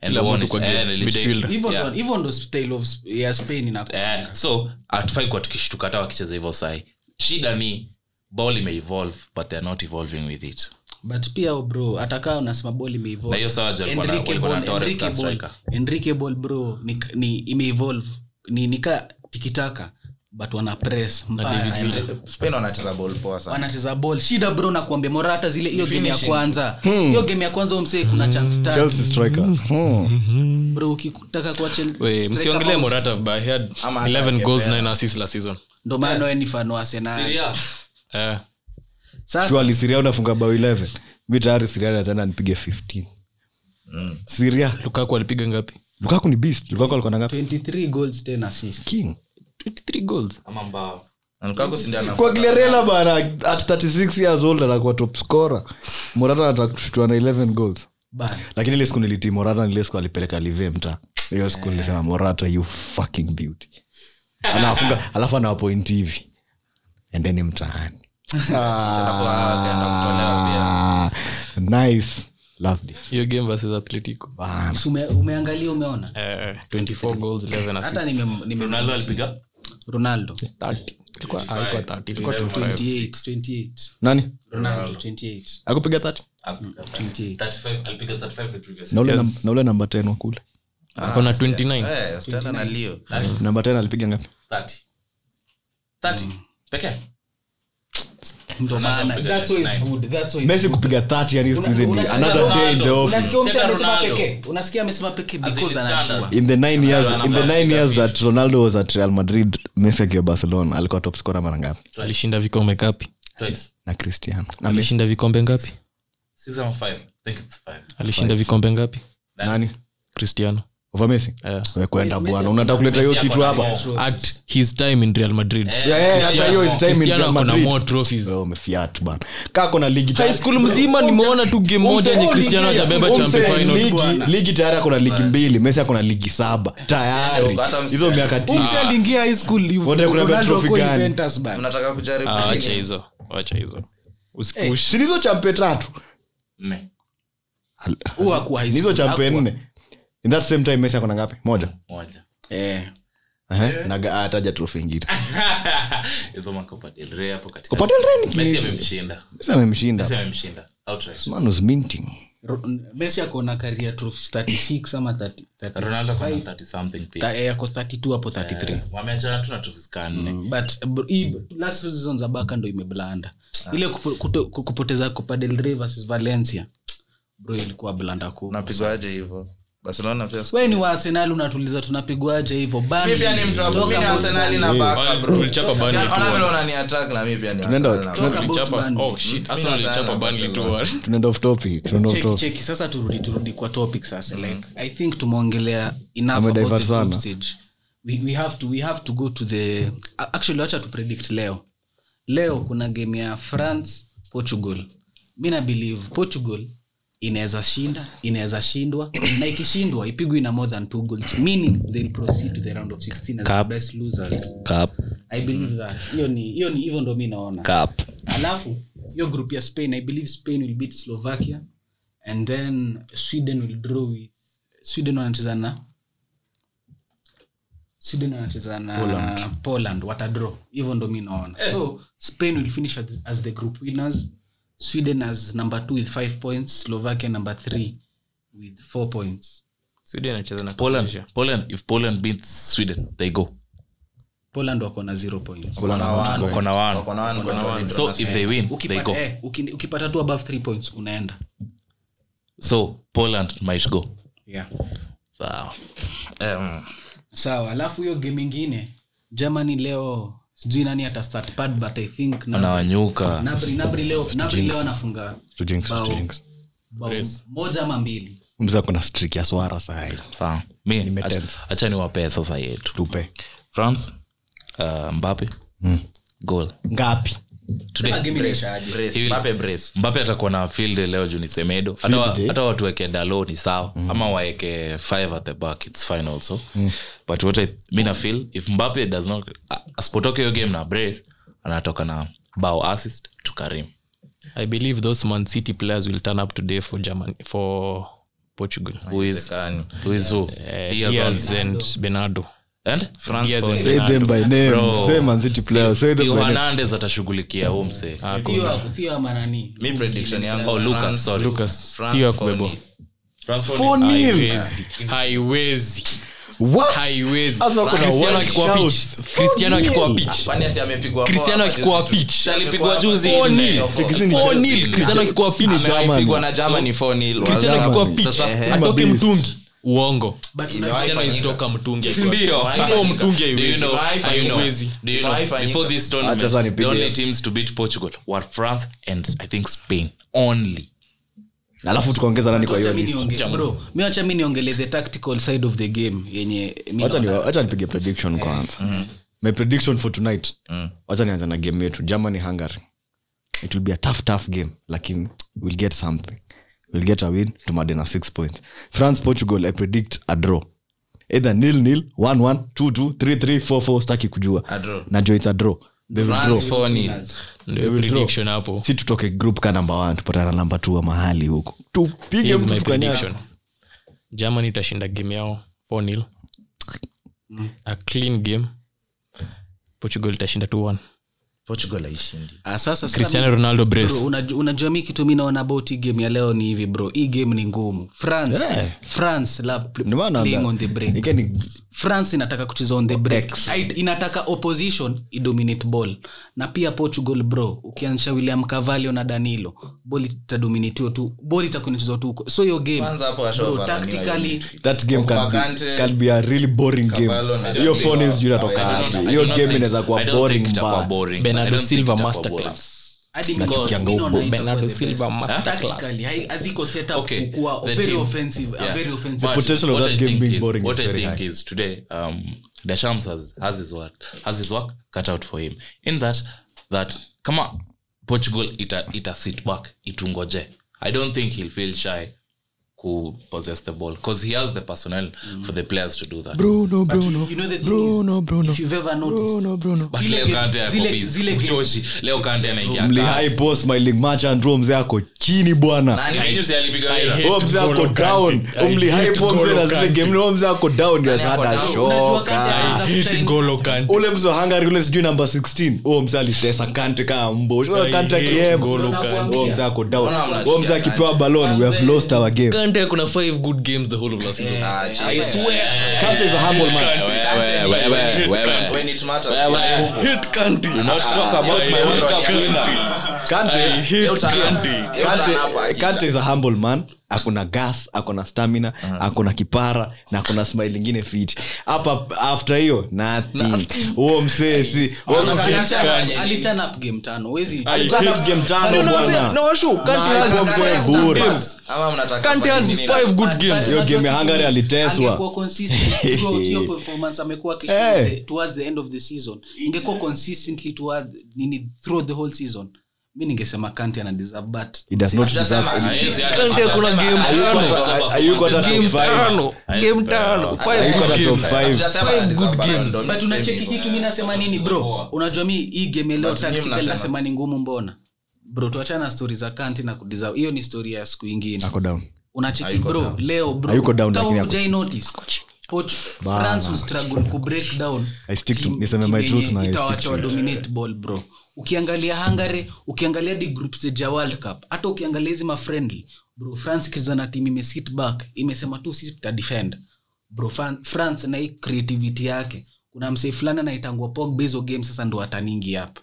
and
Kila
won
mtu
it
kwa game.
And ilijai-
Midfielder.
hivyo ndo-
Yeah.
hivyo ndo style of sp- ya spain inakuwa.
Eh, so hatufai kuwa tukishtuka hata wakicheza hivyo sahi shida ni ball imeevolve but they're not evolving with it
but pia bro hatakaa unasema bol
na hiyo sawa juu walikuwa na- walikuwa na Torres na striker.
bol bro ni, ni imeevolve ni nika tikitaka but wana press mbaya.
Spain wanacheza ball poa sana.
wanacheza ball shida bro nakuambia mora hata zile hiyo game ya kwanza
Hmm.
hiyo game ya kwanza umsee kuna chance tatu.
Chelsea strikers. Hmm.
bro ukitaka kuwa Chel-
We,
striker
msiongelee
box,
morata vibaya He had
Ama hata
11 goals
Kepea.
9 assists last season
ndo maana wewe ni fan wa Arsenal.
Serie A,
eh
Sasa,
Surely Syria unafunga bao 11 mi tayari siria natenda nipige 15 siria
lukaku alipiga ngapi
lukaku ni beast lukaku alikuwa na ngapi
23 goals 10 assists.
king
23 goals
ama mbao
Na Lukaku si ndiye
kwa
anafuata.
glerela bana at 36 years old anakuwa top scorer morata anataka kushtua na 11 goals
Bana.
lakini ile siku nilitii morata nile siku alipeleka live mta hiyo
Eh.
siku nilisema morata you fucking beauty anafunga alafu anawapoint hivi endeni mtaani
Anakuwa akaenda kutolewa pia.
ah, nice loved it
hiyo game versus atletico
bana
Si ume- umeangalia umeona
eh 24 goals 11 assists
hata nime- nime-
ronaldo alipiga
ronaldo
30 ilikuwa ah, ilikuwa 30 ilikuwa 25
28 28
nani
ronaldo 28
akupiga 30
28
35 alipiga 35 the previous
na ule
Yes.
nam- na ule namba 10 wa kule
Ako na 29
Ah, Eh, Stella na Leo.
namba 10 alipiga ngapi
30 30
Mm.
pekee
ndo maana that's why it's good that's why it's
messi kupiga 30 yani siku hizi ni
Una- una-
another day in the
Ronaldo.
office
unasikia mse
Tena
amesema
Ronaldo.
pekee unasikia amesema pekee
As in
because
standards.
anajua
in the nine years in the
Ronaldo
nine years
alipiga
that ronaldo was at real madrid messi akiwa barcelona alikuwa top scorer mara ngapi
alishinda vikombe ngapi
Twice.
na cristiano na messi
alishinda vikombe ngapi
Six ama five? I think it's five.
alishinda vikombe ngapi
nani
cristiano
over messi
eh
we kwenda bwana unataka kuleta hiyo
Messi
kitu
ako na
hapa
at his time in real madrid
Eh,
Yeah, yeah, hata hiyo is time in
cristiano
Real
ako na
Madrid.
more trophies
Wewe umefiat bana kako na ligi
high
tayari-
school mzima nimeona tu game moja yenye cristiano hajabeba
Umse,
champion final
ligi- ligi tayari ako na ligi mbili messi ako na ligi saba tayari
Hata msi-
hizo miaka tisa
Ah.
Mse aliingia high school you-
Wote kuna
Ronaldo
trophy
kwa
gani?
Juventus bana.
Mnataka kujaribu
Ah,
nini?
wacha hizo wacha hizo usipush
sinizo champe tatu
nne.
Al-
Huyu hakuwa high
Ni hizo
school,
champion
hakuwa.
nne in that same time messi akona ngapi moja
moja
Eh.
uh-huh. na ataja trofi ingine
hizo makopa del rey hapo katika
Copa del Rey ni-
messi amemshinda
Messi amemshinda
messi amemshinda outright
man was minting
Ro- messi ako na career trophies 36 ama 30
ronaldo
Five.
kana 30 something pia
Ta- eh, ako 32 hapo 33
Eh, wameachana tu na trophies kaa nne
Mm, but uh, br- hii last two season za baka ndo imeblanda ile kupo- kuto- ku- kupoteza Copa del Rey versus valencia bro ilikuwa blanda kubwa
unapigwaje hivo barcelona pia siku-
we ni wa arsenal unatuliza tunapigwaje hivyo
Mi pia ni mtu wa- mi ni Arsenali na Barca, bro.
Tulichapa Burnley
Ona- ona
tu,
vile unaniattack na mi pia ni
Tunaenda-
Arsenal na
tunaenda-
About
Tulichapa-
Burnley.
oh, shit.
Mm,
Arsenal
mi
ilichapa
nadhani
Burnley
Barcelona.
two one.
tunaenda off topic tunaenda off topic
cheki sasa turudi turudi kwa topic sasa like i think tumeongelea enough
Ame
about
divert
the group
sana.
stage we, we have to we have to go to the a- actually wacha tu predict leo leo kuna game ya france portugal mi na believe portugal inaweza shinda inaweza shindwa na ikishindwa ipigwi na more than two goals meaning they'll proceed to the round of 16 as the
Cup.
best losers
cup Mm.
i believe that hiyo ni hiyo ni hivyo ndo mi naona
cup
alafu hiyo group ya spain i believe spain will beat slovakia and then sweden will draw with sweden wanacheza na sweden wanacheza na poland, watadraw hivyo ndo mi naona so spain will finish at- as the group winners sweden as number two with five points slovakia number three with four points
Sweden anacheza na
poland
Croatia.
poland if poland beats sweden they go
poland wako na zero points
Poland
Wako na
wako
one.
wako na one.
Wako na one,
Wako na
wako na
one.
one.
so if they win they
ukipata,
go
eh, uki- ukipata tu above three points unaenda
so poland might go
yeah.
sawa um,
sawa alafu hiyo game ingine germany leo sijui nani atastart pad but i think na-
anawanyuka
Nabri- Nabri leo Nabri leo anafunga
To jinx, to
bao-
jinx.
bao moja ama mbili
mzee akona streak ya swara sahai
sawa mi
Nimetensa.
acha- acha niwapee sasa yetu
tupe
france uh, mbape goal
ngapi
Sema game inaishaaje?
Brace,
Hivi-
Mbappe brace.
mbape atakuwa na field leo juu ni semedo Hata wa-
day.
hata watuweke dalo ni sawa ama waeke five at the back its fine also but what I, mi na feel if mbape does not a- asipotoke hiyo game na brace anatoka na bao assist to karim
i believe those man city players will turn up today for germany for portugal
who is
Kani.
who is who Diaz
Diaz
on-
and Bernardo.
and
France
Diaz
for-
and
say them by name say man city players say them
Theo
by name
hernandez atashughulikia huu msee
Theo- Theo ama nani?
mi prediction yangu
Oh, Lucas,
France-
sorry.
Lucas,
France
Theo
for
Akubebo.
nil.
Haiwezi. Haiwezi.
What?
Haiwezi.
Sasa kuna
Cristiano
one
akikuwa
shout.
pitch. Cristiano akikuwa pitch.
Kwani asi amepigwa
Cristiano
four,
akikuwa
amepigwa-
pitch.
Amepigwa
Alipigwa juzi.
four
nne.
nil.
Four
nil.
Four nil.
Nil, Cristiano akikuwa pitch.
Amewahi pigwa na Germany four nil.
Cristiano
Wala-
akikuwa
Germany.
pitch.
Sasa, eh,
Atoke
Mabis.
mtungi. Uongo.
But
Imewahi
unajua-
Jana
fanyika.
izitoka mtungi.
Ndio.
Before mtungi
Do you
haiwezi.
know-
Haiwezi.
do you know-
Haiwezi.
do you know-
Haiwezi.
before this tournament,
Acha sasa nipige.
the only teams to beat portugal were france and i think spain only
alafu tukaongeza nani kwa hiyo
Wacha mi
list
nionge- bro, mi wacha mi niongele the tactical side of the game yenye mi
Wacha ni-
naona-
wacha nipige
Eh.
prediction kwanza
Mm-hmm.
my prediction for tonight
Mm.
wacha nianze na game yetu germany hungary it will be a tough tough game lakini we'll get something we'll get a win tumade na six points france portugal i predict a draw either nil nil one one two two three three four four staki
A
kujua
draw.
najua it's a draw they will
France
draw
four nil.
Ndio prediction hapo.
si tutoke group ka number one tupatana namba two wa mahali huku tupige
Here's my
mtu tukanyana
prediction. germany itashinda game yao 4-0.
Mm.
a clean game portugal itashinda 2-1.
Portugal haishindi.
Ah, sasa- sasa
cristiano ronaldo brace
Bro, unaj- unajua mi kitu mi naona about hii game ya leo ni hivi bro hii game ni ngumu france
Yeah.
france love pl-
Eh. Ndio maana
playing
naambia-
on the break
Ikeni-
france inataka kucheza on the break Ai- inataka opposition idominate ball na pia portugal bro ukianisha william cavalio na danilo bol itadominatiwa tu bol itakunachezwa tu huko so hiyo game
Kwanza hapo washoka
bro,
na
tactically
that game can
Wakante-
be, can be a really boring game
Kabalo na-
hiyo phone is juu inatoka
I
wapi?
I do
hiyo
not
game
think-
inaweza kuwa
I don't think
boring
itakuwa
mbaya
boring. I
bernardo
don't think
silva
itakuwa
masterclass
hadi mi-
Nachukianga
mi naona
ubo-
itakuwa
Bernardo
the
Silva
best.
masterclass.
Tactically, hai- haziko set up
Okay,
kukuwa
the
very
team.
offensive, a
Yeah.
very offensive.
But
potential of
what
that
I
game
think
being
is-
boring
what
is
I
very
think
high.
is today, um, Deschamps has- has his work- has his work cut out for him. In that- that kama portugal ita, ita sit back itungoje i don't think he'll feel shy ku- who possess the ball because he has the personnel for the players to do that
bruno bruno
you know the thing
bruno
is,
bruno
if you've ever noticed
bruno bruno
but
Zile
leo
ge-
kante ako
zile-
busy.
zile ge-
Uchoshi. leo kante anaingia
mlihai post my league match and Rome mzee ako chini bwana
Nani mwenye mzee alipiga
I
hela?
hate
Huyo mzee
N'Golo
ako down
Kante. I
mlihai
hate
po mzee
N'Golo
na zile
Kante.
game no mzee ako down you has
Nani ako
had a
down?
Unajua
shock.
Kante
Ah.
anaweza
Hate
kutrain-
N'Golo Kante.
ule mzee wa hungary ule sijui namba 16 huo mzee alitesa kante kaa mbosh Huyo
I
kante
hate
akiema.
N'Golo
Kante.
Huyo mzee ako down
Mbona mnachia
huo mzee akipewa
Kante?
balon we have lost our game
Kante kuna five good games the whole of last season.
Ah, chill.
I swear.
kante is a humble man
Wewe, wewe, wewe, wewe.
When it matters,
Wewe. Do
Ah,
not talk about my World Cup winner.
kante
Leo utaona- leo
Kante-
utaona hapa akita.
kante is a humble man akona gas akona stamina akona kipara na akona smile ingine fit hapa after hiyo nothing huo msee si huo
Unataka
msee-
niache
Aliturn-
hapa?
aliturn up game tano Huwezi-
Turn up game tano bwana. Na
Unataka
alikuwa
niache
mzee bure.
hapa? Ama mnataka
Kante has
kufanya nini?
five good
But-
games.
but
Hiyo
that's
game
what
ya
I
Hungary
mean.
aliteswa.
Angekuwa consistent throughout hiyo performance, amekuwa akishow
Eh.
the- towards the end of the season ingekuwa consistently toward nini throughout the whole season mi ningesema kante ana deserve but
He does not
Tunasema,
deserve it.
Haiwezi hata-
Kante kuna game tano.
Hayuko hata top
Game
five.
tano. Game tano. Five
Hayuko
good
hata top
games.
five.
Tunasema
Five
anaweza
good
kubana,
games.
don't
but
say
unacheki
hivyo.
kitu mi nasema nini bro unajua mi hii game ya leo
But nyinyi
tactical
mnasema.
nasema ni ngumu mbona bro tuachana na stori za kanti na kudeserve hiyo ni stori ya siku ingine
ako down
unacheki
Hayuko
bro
down.
leo
Hayuko down, lakini ako-
brokujai notice Port-
Bana.
france ustruggle kubreak down
I stick to-
team-
niseme
team
my truth
yenye
na I
itawacha
stick to it.
wadominate ball bro ukiangalia hungary ukiangalia di groups ja world cup hata ukiangalia hizi mafriendly bro france ikicheza na team imesit back imesema tu sisi tutadefend bro Fran- france na hii creativity yake kuna msee fulani anaitangua pogba hizo game sasa ndo ataningi hapa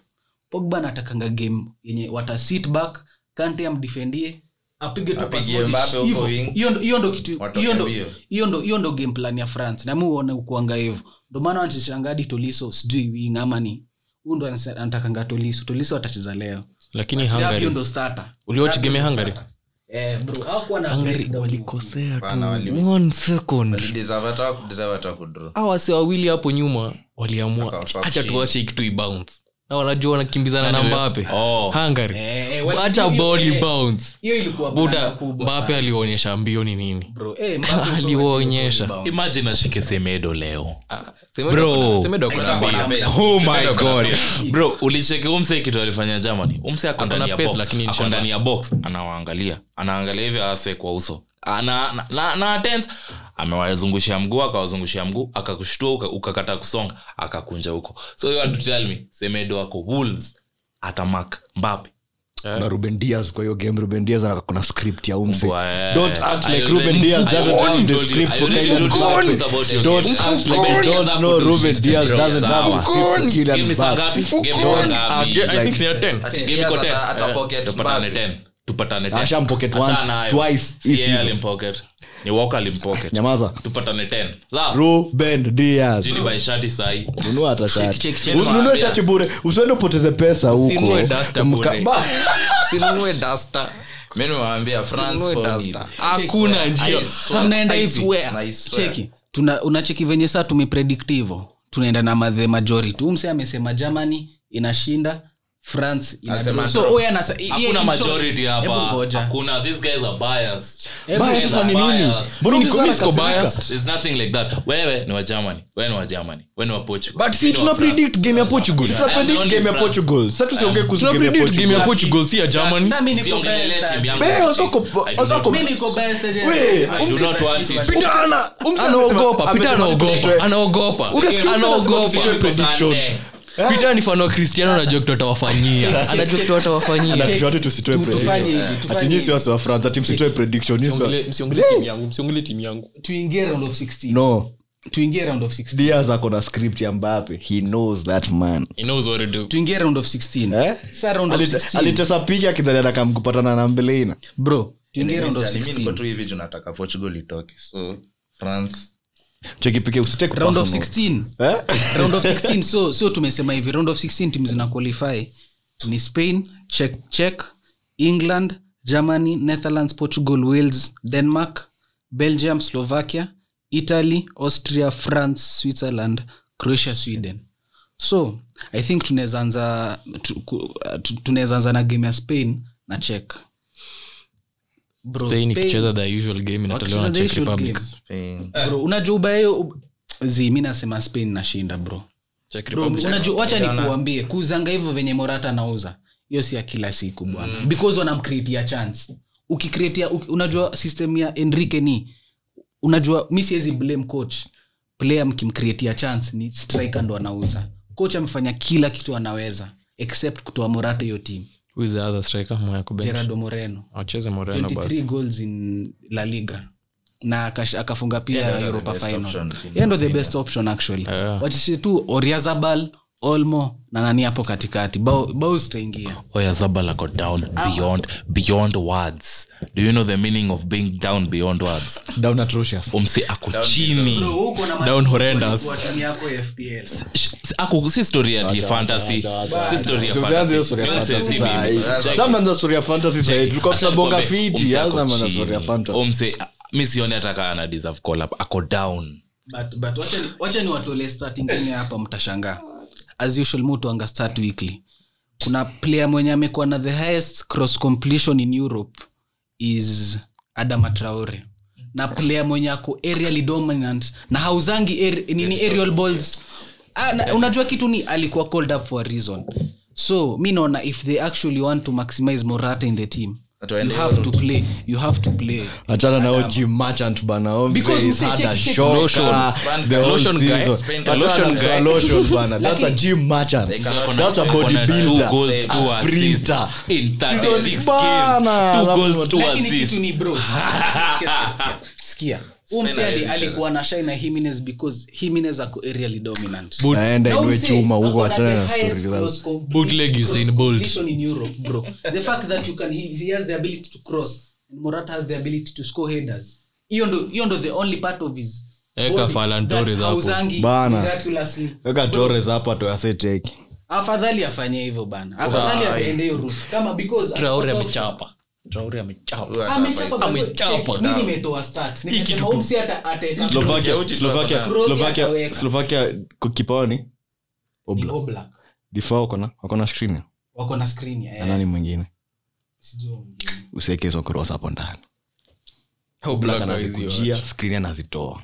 pogba anatakanga game yenye wata sit back kante amdefendie apige tu
Apige
pass ball.
Mbappe huko
Hivyo.
wing.
Hiyo ndo- hiyo ndo kitu
Watoke
hiyo ndo-
mbio.
hiyo ndo hiyo ndo game plan ya france nami uone ukuanga hivo ndo maana wanacheshangadi toliso sijui wing ama ni huu ndo anase- anatakanga toliso toliso atacheza leo
Lakini
Rabiot
Hungary.
ndo starter.
Uliwatch
Rabiot
game ya
ndo
Hungary?
starter. Eh, bro, hawakuwa na
Hungary
breakdown.
walikosea tu.
Bana, wali-
One second.
Walideserve hata wa- kudeserve hata kudraw.
awase wawili hapo nyuma waliamua
Wakawa
hacha
top
tuache hii kitu ibounce na wanajua wanakimbizana na mbape
Oh.
hungary
Eh, eh, wali-
hacha
hiyo-
ball
eh,
ibounce
hiyo ilikuwa blanda
buda
kubwa
mbape
sana.
aliwaonyesha mbio ni nini
Bro, eh, Mbappe alikuwa
aliwaonyesha.
bounce.
imagine ashike semedo leo
Ah,
Bro.
bro
Oh my God. bro ulicheke umse kitu alifanya germany umse ako
Ako na
ndani ya
pace,
box.
lakini ni
Ako
shamba.
ndani ya box anawaangalia anaangalia hivyo ase kwa uso Ana- na- na na tense amewazungushia mguu akawazungushia mguu akakushtua uka- ukakata kusonga akakunja huko so you want to tell me semedo ako wolves atamak mbape
na ruben dias kwa hiyo game ruben dias ana- kuna script ya umse
Mbwa, eh.
don't act like
I
ruben
already-
dias
I
doesn't have
already
the
told you-
script
I
for
already
Kylian
told you
Mbappe.
truth about your
Don't
game.
act
Ruben
like you
Dias
don't
hapo
know
ndo
Ruben
shit.
Dias
Bro,
doesn't have the
sawa.
script for Kylian
Game saa
Mbappe.
ngapi? Game saa
Don't
ngapi?
act like-
Ati
Game
Diaz
iko
ata-
10.
atapocket
Eh,
Mbappe.
tupatane 10. Tupatane 10.
Ashampocket once,
Achana hayo.
twice
Si
this
yeye
season.
alimpocket. Ni Walker alimpocket.
nyamaza
Tupatane 10. La,
ruben dias
sijui ni by shati sahi.
nunua hata
Check, check,
shati
check.
usinunue shati bure usiende upoteze pesa huko
Usinunue duster
Mka-
bure.
Ba-
sinunue dasta
Mi nimewaambia, France
sinunue
for me.
dasta hakuna njia
Tunaenda hivi.
Na I swear.
cheki tuna unacheki venye saa tumepredict hivo tunaenda na ma- the majority mse amesema germany inashinda france ina
Anasema
draw. So,
draw.
wewe anasa- i- i- in
Hakuna
short,
majority hapa.
hebu ngoja.
Hakuna- these guys are biased.
Hebu
Ba,
These
sasa
guys
ni
are
nini?
biased.
Mbona
Mimi
mlikuwa
sasa niko
mnakasirika?
biased.
It's nothing like that. Wewe ni wa Germany. Wewe ni wa Germany. Wewe ni wa Portugal.
but si
Mimi ni wa
tuna predict game ya portugal
Sasa
I'm
predict
only
game ya
France.
Portugal. Sasa tusiongee kuhusu
tuna
game ya
predict game ya
Portugal.
portugal si ya germany
Sasa mimi niko
Siongelele
biased.
timu yangu.
Be, wasoko-
I do not-
wasoko-
Mimi niko biased, yeah.
We,
Sema
I do
hizo
not
za
want
shit
it.
wa-
Pitana! Umse
anaogopa
amesema-
pita
amesema tutoe-
anaogopa anaogopa
Unasikia mtu anasema
anaogopa
tusitoe prediction.
pita ni fano kristiano anajua kitu atawafanyia anajua kitu atawafanyia
Anatushia watu tusitoe
Tu- tufanye
prediction.
hivi, tufanye
Ati nyinyi
hivi.
si wasi wa France, ati msitoe prediction, nyinyi si wa-
msiongele timu yangu
tuingie round of 16
No,
tuingie round of 16
Diaz ako na script ya Mbappe. He knows that man.
tuingie round of 16
Eh?
Sasa round of
Alite-
16
alitesa pigi akidhani atakamkupatana na mbeleina
bro tuingie round of
Mr. Nimi, niko
16
tu hivi juu nataka portugal itoke so france
chekipike usitake
round of 16
Eh?
round of 16 so so tumesema hivi round of 16 timu zina qualify ni spain czech, czech england germany netherlands portugal wales denmark belgium slovakia italy austria france switzerland croatia sweden so i think tunaweza anza tu, ku- uh, tu- tunaweza anza na game ya spain na czech Bro,
spain
Spain-
ikicheza the usual game inatolewa na
wakicheza
czech
the usual
republic
game.
Spain.
Bro, unajua ubaya hiyo- ub- zi mi nasema spain nashinda bro
czech
Bro,
republic
unajua- wacha nikuambie kuzanga hivyo venye morata anauza hiyo si ya kila siku bwana because wanamcreatia chance ukikreatia uki, unajua system ya enrique ni unajua mi siwezi blame coach player mkimcreatia chance ni striker ndo anauza coach amefanya kila kitu anaweza except kutoa morata hiyo team
who is the other striker mwa kubench
gerardo moreno
acheze moreno
23
basi
goals in la liga na akash- akafunga pia
Yeah, yeah,
europa
the best
final
option.
yeye ndo the best option actually
Yeah.
wachishe tu oriazabal olmo na nani hapo katikati bao bao zitaingia
oyazabal go down beyond beyond words do you know the meaning of being down beyond words
down atrocious
umsi ako chini
Down horrendous.
Sh- si- ako si story ya fantasy si story ya
Tusianze hiyo
fantasy
story ya fantasy
Mimi msezi
saa
mimi.
hii. Sasa mnaanza story ya fantasy saa hii. Tulikuwa tunabonga
Um,
fiti, sasa mnaanza story ya fantasy.
mi sioni hata kaa na deserve call up ako down
wacha ni watuele start ingine hapa mtashangaa as usual mutuanga start weekly kuna player mwenye amekuwa na the highest cross completion in europe is adama traore na player mwenye ako aerially dominant na hauzangi air, nini aerial balls ah, na, unajua kitu ni alikuwa called up for a reason so mi naona if they actually want to maximize morata in the team
Watu
you
waende
have to play you have to play
achana nao Jim Merchant bana. Obviously,
Because
he's
mse-
had
check-
a
check-
shocker
Lotion.
the whole
Lotion guy.
season.
Spend-
Achana
Lotion
na
guy.
lotion bana. That's a Jim Merchant.
They cannot-
That's a
they
bodybuilder.
goals,
A
two assists
sprinter.
in 36
Bana,
games. Two
alafu-
goals, two
Lakini
assists.
kitu ni bro. Sikia, sikia, sikia. sikia Huyu msee
Spina hawezi
alikuwa na shai na Jimenez because Jimenez ako aerially dominant
aenda
Na huyu
inue
msee
chuma
ako
huko
na
achana
the
na
highest
story zao
cross completion-
Bootleg Usain Bolt.
completion in Europe, bro. The fact that you can- he- he has the ability to cross and Morata has the ability to score headers. hiyo ndo hiyo ndo the only part of his
Eka
body
Ferland
that
Torres hapo.
hauzangi
Bana.
miraculously.
weka torres hapa toaseteki
afadhali afanye hivyo bana afadhali aende hiyo route. kama because
traore
kwa sababu-
amechapa traore amechapa
Watu
amechapa
hapa-
by the way,
Amechapa,
check,
na.
mimi nimetoa start
Hiki
nimesema
tu-
huyu msi hata ataeka
slovakia
Tofauti tu
slovakia
hapana.
slovakia
Croatia
slovakia kipao ni
ni
obla
Oblak.
difa wakona wakona skrini
wako na screen ya
na
yeye.
nani mwingine
Sijui.
usekezo cross hapo ndani anazikujia skrini anazitoa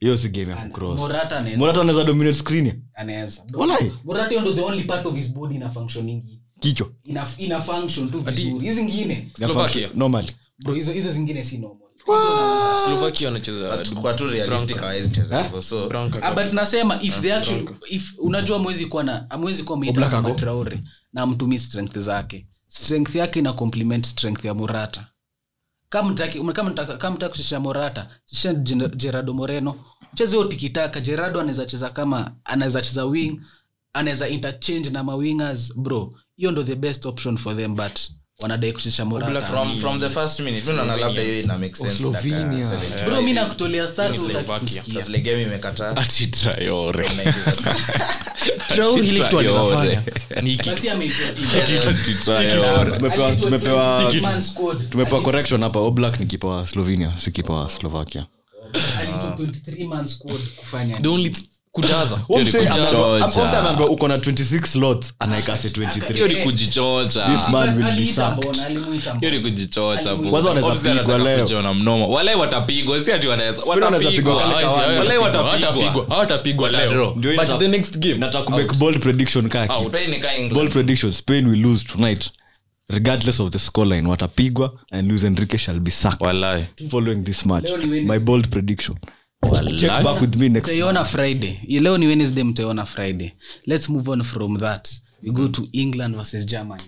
hiyo si game ya kucross
Morata anaweza-
morata anaweza dominate skrini
anaweza
Walai.
Morata hiyo ndo the only part of his body ina functioning
kichwa
ina ina function tu vizuri hizi zingine
Ina
Slovakia.
function- normally
bro hizo hizo zingine si normal
slovakia wanacheza
watu- kwa tu realistic hawawezi cheza hivyo so
Ah, but nasema if they actually if unajua mwezi kuwa na amwezi kuwa
Oblak
mmeita
ako.
Traore na mtumii strength zake strength yake ina complement strength ya Morata kama mtaki kama mtaki kama mtaki kuchezea Morata chezea Gen- Gerardo Moreno cheze hiyo tikitaka Gerardo anaweza cheza kama anaweza cheza wing anaweza interchange na mawingers bro hiyo ndo the best option for them but wanadai kuchezea Morata
from from the first minute mi naona labda hiyo ina make sense uh,
Slovenia.
dakika 75.
bro mimi nakutolea start
Sasa zile game imekataa
Ati Traore.
Wanaingiza tu.
basi ameitia timu
Ati Traore.
Tumepewa-
Alitoa
tumepewa-
20 man squad.
tumepewa correction hapa oblak ni kipa wa slovenia si kipa wa slovakia
alitoa 23 man squad kufanya
the only kujaza
Huyo msee
kuchota.
anaambiwa- hapo msee anaambiwa uko na 26 slots anaeka se 23
hiyo ni kujichocha
This man
But
will be
aliita
sacked.
mbona, alimuita mbona.
hiyo ni kujichocha bro.
Kwanza wanaweza
Obviously
pigwa
anataka
leo.
kujiona mnomo wale watapigwa si ati wanaweza- watapigwa.
pigwa kale kawaida.
Wale watapigwa
watapigwa hawatapigwa leo
Ndio
But
ina-
the next game
nataka kumake bold prediction kaki
Spain ika England.
ball prediction spain will lose tonight regardless of the scoreline watapigwa and luis enrique shall be sacked
Walai.
following this match
Leo ni Wednesday.
my bold prediction check back with me next
mtaiona friday leo ni wednesday mtaiona friday let's move on from that we go to england versus germany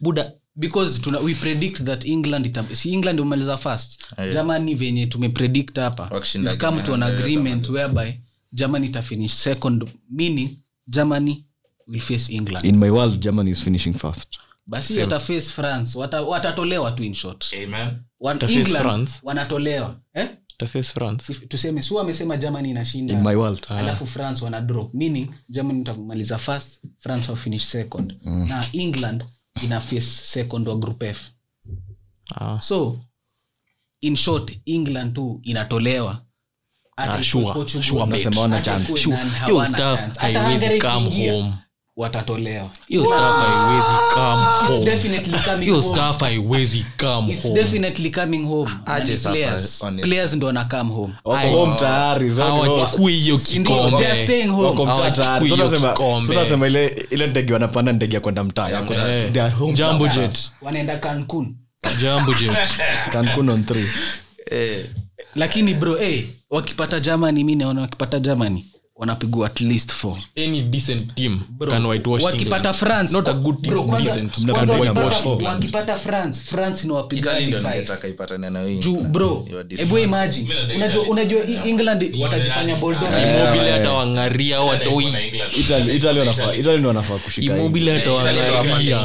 buda because tuna, we predict that england ita, si england umaliza fast germany venye tumepredict hapa
Wakishinda
we've come to an
Germany,
agreement whereby germany itafinish second meaning germany will face england
in my world germany is finishing fast
basi wataface france Wata- watatolewa tu in short Wan-
Wataface
England
France.
wanatolewa eh?
taface france
If- tuseme su amesema germany inashinda
in my world
Ah.
alafu france wana draw meaning germany itamaliza first france wa finish second mm. na england ina face second wa group f
Ah.
so in short england tu inatolewa Hata
Ah,
ikue
sure,
Portugal,
sure bet.
hata
Nasema wana
ikue
chance.
nani,
Sure, hiyo
hawana
stuff
chance. Hata
haiwezi
Hungary
come
ikiingia,
home
watatolewa
hiyo staff haiwezi come
It's
home
definitely coming
hiyo
home.
staff haiwezi come
It's
home
definitely coming home. And
Aje
the
sasa,
players-
honest.
players ndo wana come home
wako home tayari
hawachukui hiyo
Ndio, they are
kikombe
staying home.
Hawachukui hiyo kikombe.
tunasema ile ile ndege wanapanda ni ndege ya kwenda
Ya
mtaa
mtaa.
Eh,
They are home
jambo
tayari.
jet
wanaenda Cancun.
jambo jet
Cancun on three.
Eh,
lakini bro eh, wakipata germany mi naona wakipata germany wanapigwa at least four
any decent team can whitewash
wakipata
England.
france
Not a good team,
Bro, kwanza-
decent.
kwanza
Mnapigwa
wakipata-
wash
England.
wakipata france france inawapiga
Italy
hadi
ndio
five.
ningetaka ipatane na hii.
juu bro eh,
You are decent.
hebu imagine unajua unajua hii england watajifanya bold
Immobile hata wangaria watoi
Italy- Italy wanafaa- Italy ndio wanafaa kushika hii.
Immobile
Eh,
hata wangaria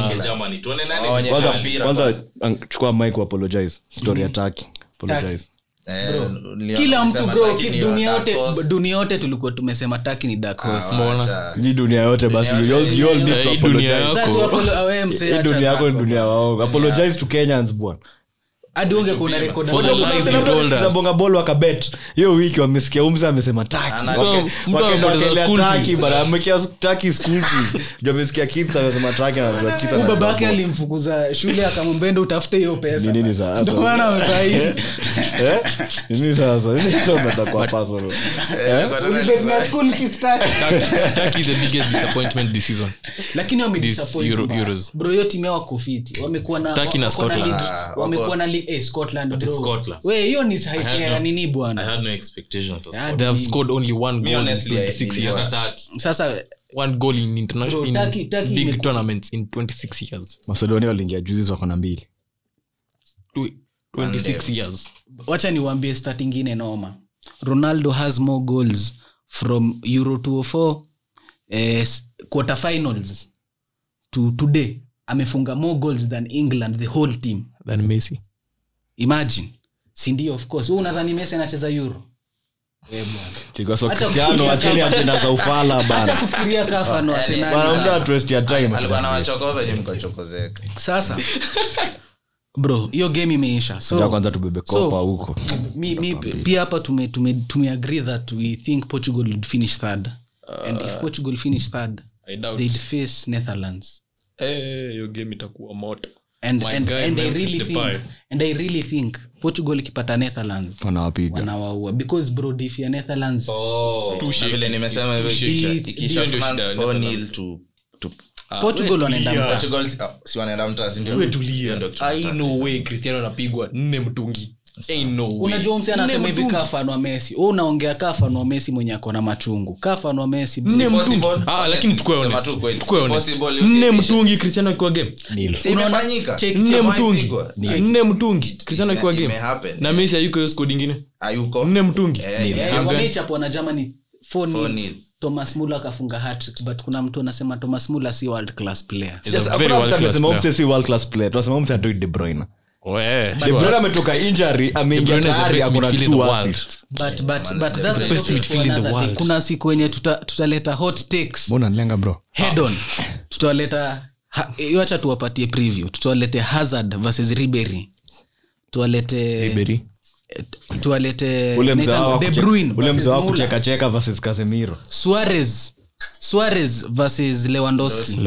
Waonyeshe
Kwanza-
mpira
kwanza ang- chukua mic apologize story ya
Mm-hmm.
Turkey. Apologize.
Eh, Leon
kila mtu
alisema
bro
Turkey
ki-
ni
dunia
dark
yote
horse.
dunia yote tulikuwa tumesema taki ni dark
Ah,
horse
Acha.
Hii dunia yote basi you all- you all need to
Hii dunia
apologize.
yako.
Sasa tu hapo- awe mse,
Hii
acha
dunia yako ni
zako.
dunia ya waongo. Apologize to Kenyans, bwana.
hadi ungekuwa na record
For the
ambayo-
lies
Kuna
you
watu
told
walisikiza
us.
bonga ball wakabet hiyo wiki wamesikia umza amesema Turkey.
Ana-
Wake-
Mtu
wake-
amepoteza
wakelea
school
Turkey,
fees.
bwana. Amekea Turkey school fees. Juu amesikia Keith amesema Turkey, anajua Keith
Huyu
anajua
baba yake
ball.
alimfukuza shule akamwambia ndo utafute hiyo pesa
Ni nini sasa?
Ndio maana amevaa hivi.
Eh? Nini sasa? Nini sasa unataka kuwa personal? Eh?
Ulibet na school fees tatu.
Turkey is the biggest disappointment this season
lakini wamedisappoint
Euro-
bro.
Euros.
bro hiyo timu yao wako fiti wamekuwa na
Turkey na
wako na
Scotland.
ligi-
Ah,
wamekuwa
wako-
na ligi eh, Scotland
But
bro
it's Scotland.
we hiyo ni
I
hype
had
ya
no-
nini
I
bwana
had no expectations for
Yeah,
they have scored only one
Me
goal in
honestly, I-
26
I-
years
Turkey.
sasa
one goal in international
Bro, Turkey-
in
Turkey
big
imekuwa-
tournaments in 26 years
macedonia waliingia juzi wako na mbili
Tw- 26 years
wacha niwaambie stat ingine noma ronaldo has more goals from euro 204 eh, s- quarter finals to today amefunga more goals than england the whole team
than Messi
imagine sindio of course wewe unadhani messi anacheza euro Eh, bwana.
Chikoso
Acha
Cristiano
kufikiria
wacheni
kama-
ajenda za ufala
acha
bana.
kufikiria
Ah,
kafa na Arsenali.
Bana mtu at waste ya time.
alikuwa anawachokoza nyi mkachokozeka
sasa bro hiyo game imeisha
Ngoja
so
kwanza tubebe kopa huko.
mi, mi, pia hapa tume, tume, tumeagree that we think portugal would finish third and if portugal finish third
Uh, I doubt Eh,
they'd face netherlands
hiyo game itakuwa moto
and,
My
and,
guy,
and, I
Memphis
really
Depay.
think, and i really think portugal ikipata netherlands
Wanawapiga.
wanawaua because bro if ya netherlands
Oh,
Na vile nimesema hivyo ikisha-
shaky.
ikisha
Ndio
France
shida,
4-0 to- to-
portugal wanaenda mta
Portugal si- ah, si wanaenda mtaa, si ndio? Hiyo ndio kitu nataka.
kristiano anapigwa nne mtungi Ain't no way.
unajua mse anasema
Nne
hivi
mtungi.
kafanwa mesi u unaongea kafanwa mesi mwenye akona machungu kafanwa mesi bro.
Nne
Possible.
mtungi. Ah, lakini tukue
Sema
honest.
tu kweli.
Tukue honest.
Possible, hiyo
nne
ni-
mtungi kristiano akiwa game
Nil.
Si imefanyika.
check,
Jamaa
nne mtungi
ipigwa.
nne mtungi kristiano akiwa
Ime-
game
imehappen.
na mesi ayuko hiyo squad ingine
Hayuko.
nne mtungi
Eh, ime-
Eh, wamechapwa na germany 4-0.
4-0.
thomas muller akafunga hat but kuna mtu anasema thomas muller si world class player
Is a
Just-
very
hakuna mtu
world-class
amesema
player.
umse si world class player. Tunasema umse hatoi De Bruyne.
Wee,
De Bruyne
sure.
ametoka injury, ameingia
De Bruyne is the
tayari,
best
ako na
midfielder
two
in the world.
assists.
but, but, but
the
that's a
best
topic
midfield
for
in the
another day.
world.
kuna siku wenye tuta- tutaleta hot takes
Mbona nilenga bro?
head on tutawaleta ha- eh, wacha tuwapatie preview tutawalete hazard versus ribery tuwalete
Ribery.
tuwalete
Ule mzee
naitwa
wao wa
Eh, De
kuche-
Bruyne
ule
versus
mzee wao wa
Muller.
kucheka cheka versus Casemiro.
suarez suarez versus lewandowski
Suarez.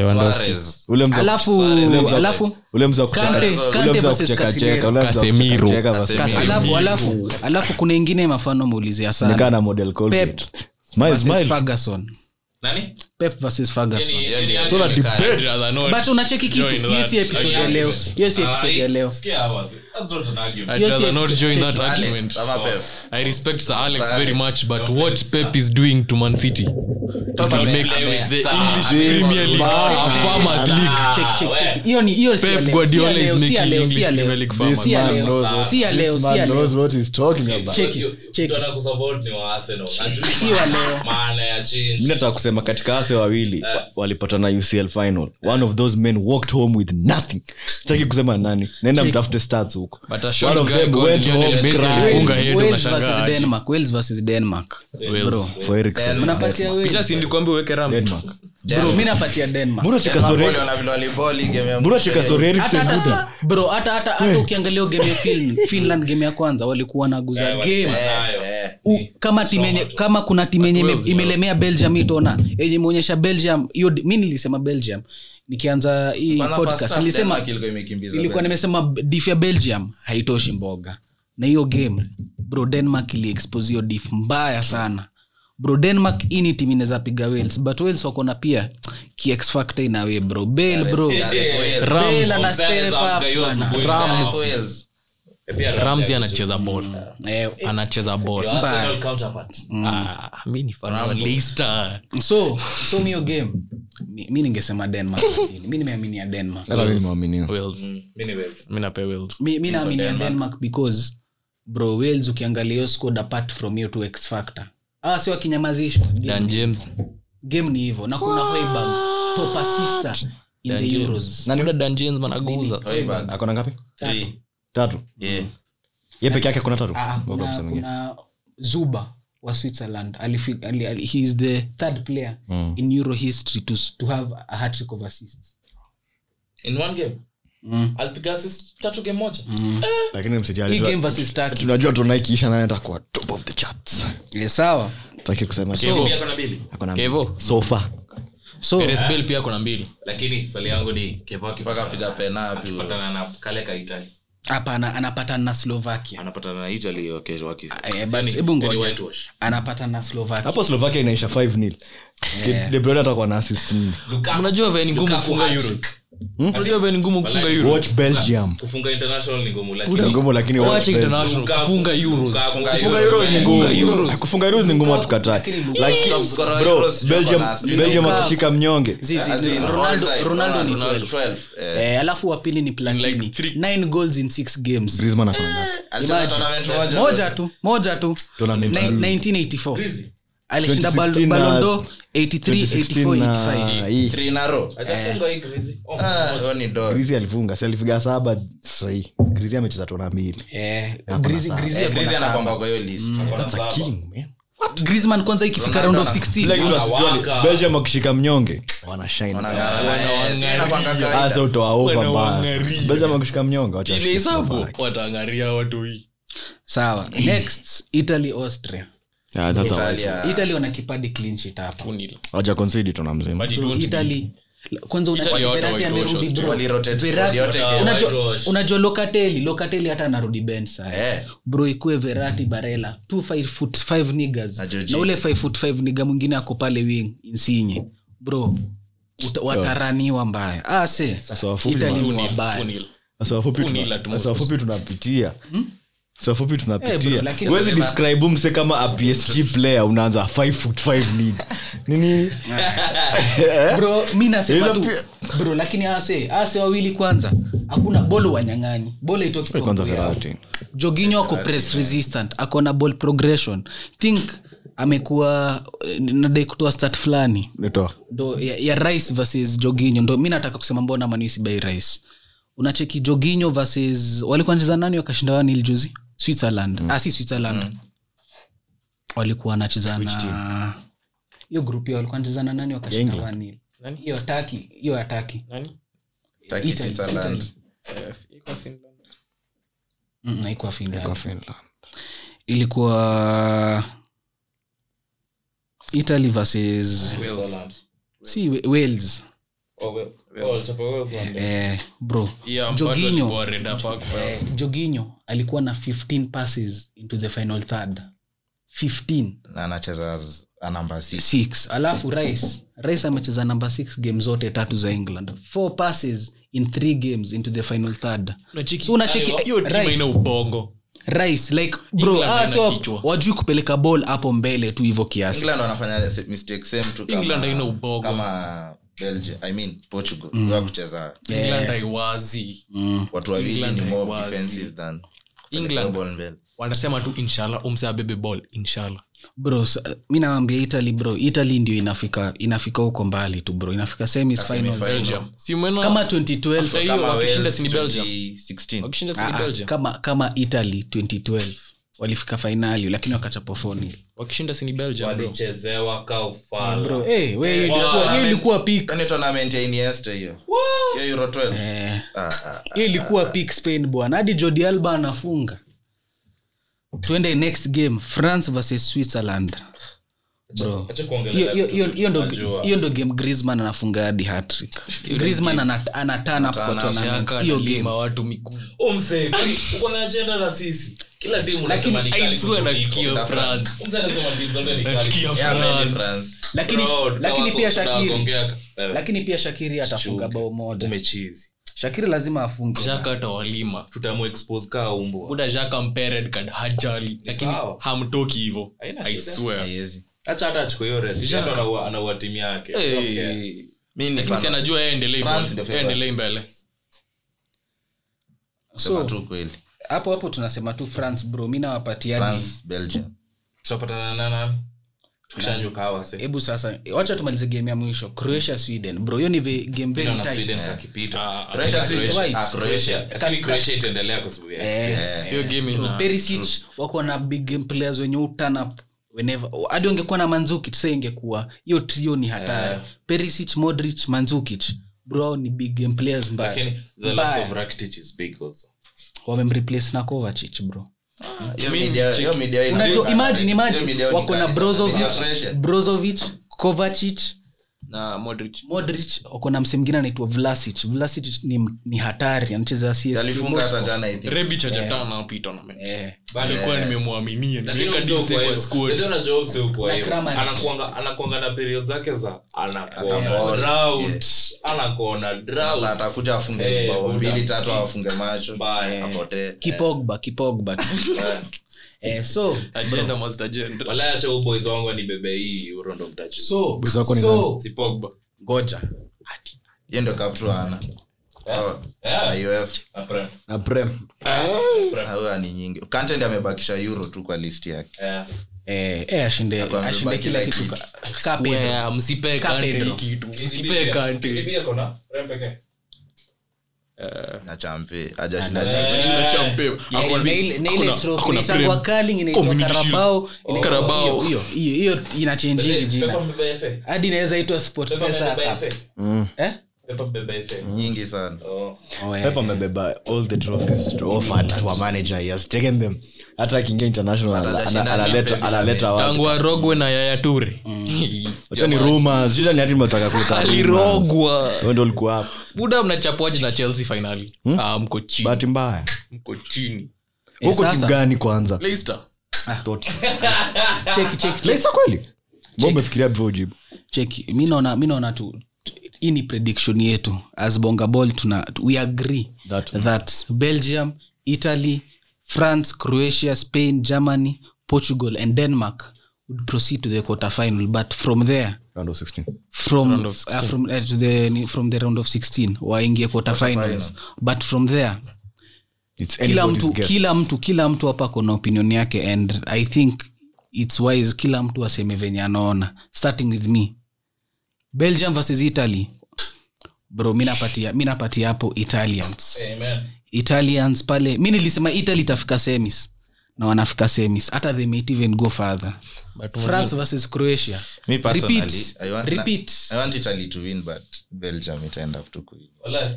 Ule mzee wa
alafu alafu
ule mzee wa
Kante-
kucheka-
Kante
ule mzee wa
versus
kucheka
Casemiro.
cheka, ule mzee wa kucheka
Casemiro.
cheka versus-
Casemiro.
alafu alafu alafu kuna ingine mafano muulizia
nikaa
sana
na model Colgate.
Pep
Smile,
versus
smile.
Ferguson.
Nani?
Pep versus Ferguson.
Yaani,
Yaani,
So that debate.
but unacheki kitu hiyo si episode ya leo hiyo si episode
Ah,
ya leo
I'd
Yes,
rather
yes,
not
check-
join
check
that
Alex,
argument.
ama Pep.
I respect Sir Alex
Sir
very
Alex.
much, but what Pep is doing to Man City, it will
Pep
make
ame-
the
Sir Alex.
English Premier League a farmers league.
ah,
Check, check, check. hiyo ni hiyo si ya
Pep
leo, si ya
Guardiola
leo,
is
si ya
making
leo, si
English
ya
Premier
leo.
League
This
Si ya
farmers.
man
leo,
knows-
si ya
this
leo, si
man
ya leo.
knows what he's talking about.
Check it, check it. Si wa leo.
Mi nataka kusema katika ase wawili wa- walipatana ucl final one of those men walked home with nothing sitaki kusema nani nenda mtafute stats huko
But a
One
short
of
guy
them
called
went
Lionel
home
Messi
crying.
alifunga head
Wales versus
unashangaa.
Denmark, Wales versus Denmark. Bro.
for Eriksen.
Mnapatia Wales.
Picha si nilikwambia uweke ramp.
Denmark.
Bro, mi napatia Denmark.
Mbona shika
Napoli
sore-
wanavile waliboli game ya
mbona shika sore
Hata-
Eriksen
hata-
Guza?
bro hata hata hata ukiangalia hiyo game ya Fin- finland game ya kwanza walikuwa naguza game
Eh, eh,
u, kama timu yenye kama kuna timu yenye ime- imelemea belgium itaona yenye imeonyesha belgium hiyo di- mi nilisema belgium nikianza hii
Kwanza first
podcast
half,
nilisema
Denmark ilikuwa imekimbiza
ilikuwa
Belgium.
nimesema dif ya belgium haitoshi mboga na hiyo game bro denmark iliexpose hiyo dif mbaya sana bro denmark hii ni timu inaweza piga wales but wales wakona pia kiex factor inawe bro bel bro
Gareth
eh.
eh.
Wales.
Bale ana
Rams.
step up,
Rams.
bwana.
Rams.
Gareth
Rams.
Wales.
ramsey anacheza ball
Eh,
anacheza ball
Mm,
mbaya.
Ah, mi ni fan wa Leicester.
so so mi hiyo game mi mi ningesema denmark lakini. mi nimeaminia denmark
Hata mimi nimeaminiwa.
Wales.
Mm,
mi napea Wales.
mi, mi naaminia denmark because bro wales ukiangalia hiyo squad apart from hiyo tu x factor awa si wakinyamazishwa game,
dan james
game ni hivyo na kuna hoiberg top assistant in
Dan
the
James.
euros
Muda dan james managuza
Hoiberg.
akona ngapi
Three.
tatu
Yeah.
ye peke yake kuna tatu
Ah,
Ngoja
kuna,
mseme ingine.
kuna zuba wa switzerland alifi, ali, ali, he is the third player
Mm.
in euro history to, s- to have a hatrick of assist
in one game
mm.
alipiga assist tatu game moja
lakini msijali
hii game
tuna-
versus Turkey.
tunajua tunaikiisha naye atakuwa top of the charts
Eh, sawa
taki kusema
Kevo.
Pia kuna mbili Eh?
akona
kevo
so far
so
Gareth Bale pia kuna mbili
lakini swali yangu ni kepa
Mpaka apiga penalty.
akipatana na kale ka italy
hapana anapatana na slovakia
anapatana na italy waki- waki-
Eh,
Sani,
but hebu ngoja.
ni whitewash.
anapatana na slovakia
hapo slovakia inaisha 5 nil debrone atakuwa na assist nne
Lukaku-
unajua vya ni ngumu
Lukaku
kufunga
hat-trick.
euros unajua vya ni ngumu kufunga euros
watch belgium
kufunga international ni ngumu lakini
Ni ngumu lakini watch
Wacha
Belgium.
international
Lukaku-
kufunga euros
Lukaku-
Kufunga Euros ni ngumu. kufunga euros ni ngumu
Lakini
atukatae
Lukaku-
Top scorer wa Euros sio kwa last.
belgium
Lukaku.
atafika mnyonge
Zizi,
As in,
Ronaldo-
all time,
Ronaldo ni
Ronaldo 12. Eh,
Eh, alafu wa pili ni
Like
platini
three.
nine goals in six games
Griezmann akona ngapi?
alicheza
Imagine.
tournament moja.
moja tu moja tu
Tournament.
Ni- 1984 alishinda
2016 na-
balondo 83 84
2016 na
85
hii.
Three in a row.
Hajafunga hii Greece. Oh,
Ah, hiyo ni dog.
Griezmann alifunga si alifiga saba sahii Griezmann amecheza tona mbili
Eh,
Hapo
Griez-
na sawa.
Griez-
Eh, Greece anakwamba kwa hiyo list.
Mm.
That's a king, man.
griezmann kwanza ikifika
Ronaldo
round of
ana-
16
Like it was
Waka,
really-
waka.
belgium wakishika mnyonge wanashine.
Wanang'ara. Eh, si inakwanga kawaida.
Ah,
Hasa utoa over mbaya. belgium wakishika mnyonge watashika mbaya.
sawa next italy austria
Yeah, that's a-
Italia.
italy wana kipadi clean sheet hapa
hawaja concede tona mzima
italy kwanza una-
Italy wote
Verratti
waitoe
amerudi
Austria.
bro.
Walirotate-
Verratti-
waliote-
unajua-
Whitewash.
unajua lokateli lokateli hata anarudi bench saa
Eh,
bro ikue verati barela t foot five niggas
Na Jorginho.
na ule five foot five niga mwingine ako pale wing insinye bro uta- wataraniwa mbaya ah, se
Oh. So wafupi
Italy ni
wa-
wabaya
so wafupi tuna-
Unila tu
so wafupi tunapitia So wafupi
Eh, bro,
tunapitia
lakini
huwezi
unasema-
describe mse kama a psg player unaanza 5 foot 5 lead nini
bro mi nasema
Eh? Hizo
tu
pia-
bro lakini ah, ase ase wawili kwanza hakuna bolo wanyang'anyi bolo
kwanza
itoki
Verratti.
joginyo ako press resistant ako na ball progression think amekuwa eh, nadai kutoa stat fulani
Nitoa.
ndo ya, ya rice versus joginyo ndo mi nataka kusema mbona manuisi by rice unacheki joginyo versus walikuwa nacheza nani wakashinda wani iljuzi switzerland mm. ah, si switzerland mm. walikuwa wanacheza na hiyo grup hiyo walikuwa wanacheza na nani wakashinda
England.
wani
Nani?
hiyo taki hiyo ya taki
Turkey,
Italy,
Switzerland.
Italy. Mm, na ikuwa
Kwa
finland
Finland.
ilikuwa italy versus si Wa- wales
Oh,
eh, bro joginyo Eh. joginyo alikuwa na 15 passes into the final third 15
na anacheza as- a number six.
six alafu rice rice amecheza number six game zote tatu za england four passes in three games into the final third so unacheki
hiyo timu
Rice-
ina ubongo
rice like bro
England
ah,
haina
so
kichwa.
wajui kupeleka ball hapo mbele tu hivyo kiasi
England wanafanya se- mistake same tu kama-
England haina Mm. ubongo.
kama Belgium. I mean, Portugal. Wa kucheza
Eh.
england haiwazi
mm.
watu wawili
England
ni more
haiwazi.
defensive than
England.
ball mbele.
wanasema tu inshallah umse abebe ball inshallah
bro so, mi nawambia italy bro italy ndio inafika inafika huko mbali tu bro inafika semis finals
semifinals.
belgium si umeona
kama
After
2012
hiyo,
Kama
wakishinda
Wales
si ni Belgium.
2016.
wakishinda si
Ah,
ni
ah,
belgium
kama kama italy 2012 walifika fainali lakini wakachapwa foni
wakishinda si ni belgium bro.
walichezewa ka ufala.
hey, Eh, we, ilikuwa- hiyo ilikuwa pik
Yaani tournament ya Iniesta hiyo. Hiyo Euro 12. Ah, ah, ah.
hiyo ilikuwa pik spain bwana hadi jodi alba anafunga tuende next game france versus switzerland Bro.
acha
Hiyo-
kuongelea
hiyo-
kitu
hiyo- hiyo ndo-
tunajua.
hiyo ndo game grisman anafunga hadi hatrick grisman anatana kwa tournament hiyo game
watu miguu
Oh, mzee, kwani uko na agenda na sisi kila timu unasema ni
I
kali
swear
kuliko
nafikia
iko.
France.
Mzee anasema timu zote ni kali.
Nafikia
Yeah,
France.
man, ni France.
Lakini-
Bro,
lakini
tunawako-
pia Shakiri.
tunawakongea- Eh,
lakini pia shakiri atafunga bao moja
umechizi.
shakiri lazima afunge
jaka atawalima
Tutamu-expose kaa umbwa.
buda jaka mpered kad hajali lakini
sawa.
hamtoki hivo
Haina
i
shida.
swear
Haiwezi.
Acha hata achukue hiyo red. Shaka anaua- anaua timu yake. Okay.
Hey.
Mi ni
lakini si
fan-
anajua yeye endelei
France
mbele.
ndio
Yeye endelei mbele
sema
so
tu kweli.
hapo hapo tunasema tu france bro mi nawapatiani
France, Belgium.
Tutapatana na nani? Tukishanywa kahawa, sasa.
hebu sasa wacha tumalize game ya mwisho croatia sweden bro hiyo ni ve- game very
Naona
tight
Sweden tutakipita.
Ah, ah,
Croatia,
ah,
Sweden.
Croatia.
Ah, Croatia.
Ka-
Lakini
ka-
Croatia itaendelea kwa sababu ya experience.
Eh,
sio game
Bro,
ina
Perisic wako na big game players wenye utana whenever hadi ungekuwa na manzukic sa ingekuwa hiyo trio ni
Eh.
hatari perisic modric manzukic bro hao ni big game players mbaya
Lakini the loss of Rakitic is big also.
wamemreplace na kovacic bro
Hiyo media- hiyo media ina-
unajua
Hiyo
imagine imagine
media ni
wako na
kali sana. Media
brozovic
pressure.
brozovic kovacic
na modric
modric wako na mse mwingine anaitwa vlasic vlasic ni, ni hatari anacheza CS
Alifunga hata jana, I think.
rebich hajatana hapo hii tournament
Eh.
alikuwa nimemwaminia
Lakini
nimeweka
mzee
deep
uko
side
hivyo.
kwa squad
Ndio unajua mzee uko
Na
hivyo.
Kramer.
Anakuanga- anakuanga na period zake za
Anakuwa-
anakuanadrought anakuona
Sasa
drought
atakuja afunge
Eh,
bao
muda.
mbili tatu afunge macho
Bye.
apotee
kipogba kipogba eh, so
agenda must agenda
walaya cha uboys wangu nibebe hii euro ndo mtachukua.
so
Boys wako ni
so
Si Pogba.
ngoja
hiyo ndio Oh. kaptuana Eh.
Yeah,
iuf
na Prem.
na prem
huyo ni nyingi kante ndi amebakisha euro tu kwa list yake
Yeah.
eh, eh, ashinde
Kwa
ashinde
amebaki
kila
like
kitu
it.
ka- ka Eh, Pedro.
Square, msipe
Ka
kante hii
Pedro.
kitu msipe
Kimbia.
kante
Kimbia kona, Prem pekee.
na champe ajashinda
Eh.
Shida cha mpeo.
Yeah,
Hakuna-
na ile- na ile
hakuna-
trophy
hakuna
inaitangwa
Prem.
Carling, inaitwa
Community Shield.
Carabao, inaitwa- hiyo-
Carabao.
hiyo- hiyo hiyo inachenjingi
Pepe- Pepe
jina
mbeba FA.
hadi inaweza itwa sport
Pepe
pesa
mbeba
Cup.
FA.
mm.
Eh?
Pepe mbeba FA.
nyingi sana
Oh.
Oh, eh.
Pep amebeba all the trophies to offer to a manager he has taken them hata akiingia international ana- ana-
Atashinda
analeta-
Champions
analeta watu.
tangu arogwe na yaya ture
Wacha ni rumors shida ni hati mnataka kuleta rumors.
alirogwa
Wewe ndio ulikuwa hapo
buda mnachapwaji na chelsea finali ah, mko chini
bahati mbaya
mko chini
Eh,
huko timu
sasa.
gani kwanza
leicester
Ah.
Tottenham.
Cheki, cheki, cheki.
Leicester kweli mbona umefikiria hivyo jibu
cheki mi naona mi naona tu tu- hii ni prediction yetu as bonga ball tuna tu- we agree
That-
that belgium italy france croatia spain germany portugal and denmark would proceed to the quarter final but from there
round of 16
from, uh, from, uh, to the, ni- from the round of 16 waingie quarter finals but from there
it's
kila
anybody's
mtu
guess
kila mtu kila mtu hapa kona opinion yake and i think its wise kila mtu aseme venye anaona starting with me belgium versus italy bro mi napatia mi napatia hapo italians
Amen.
italians pale mi nilisema italy itafika semis na wanafika semis hata they might even go further france versus croatia
Me personally,
repeat,
I want-
repeat.
i want italy to win but belgium itaenda tu kuwin
Walai,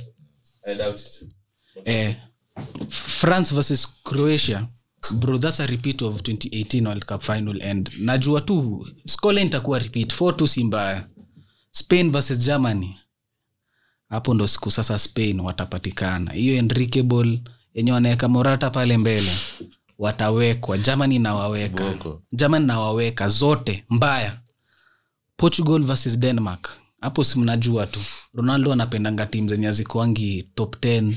I doubt it.
eh, france versus croatia bro that's a repeat of 2018 world cup final and najua tu scoreline itakuwa repeat 4 tu si mbaya spain versus germany hapo ndo siku sasa spain watapatikana hiyo enrique ball yenye wanaweka morata pale mbele watawekwa germany nawaweka
Boko.
germany nawaweka zote mbaya portugal versus denmark hapo si mnajua tu ronaldo anapendanga tim zenye azikuangi top 10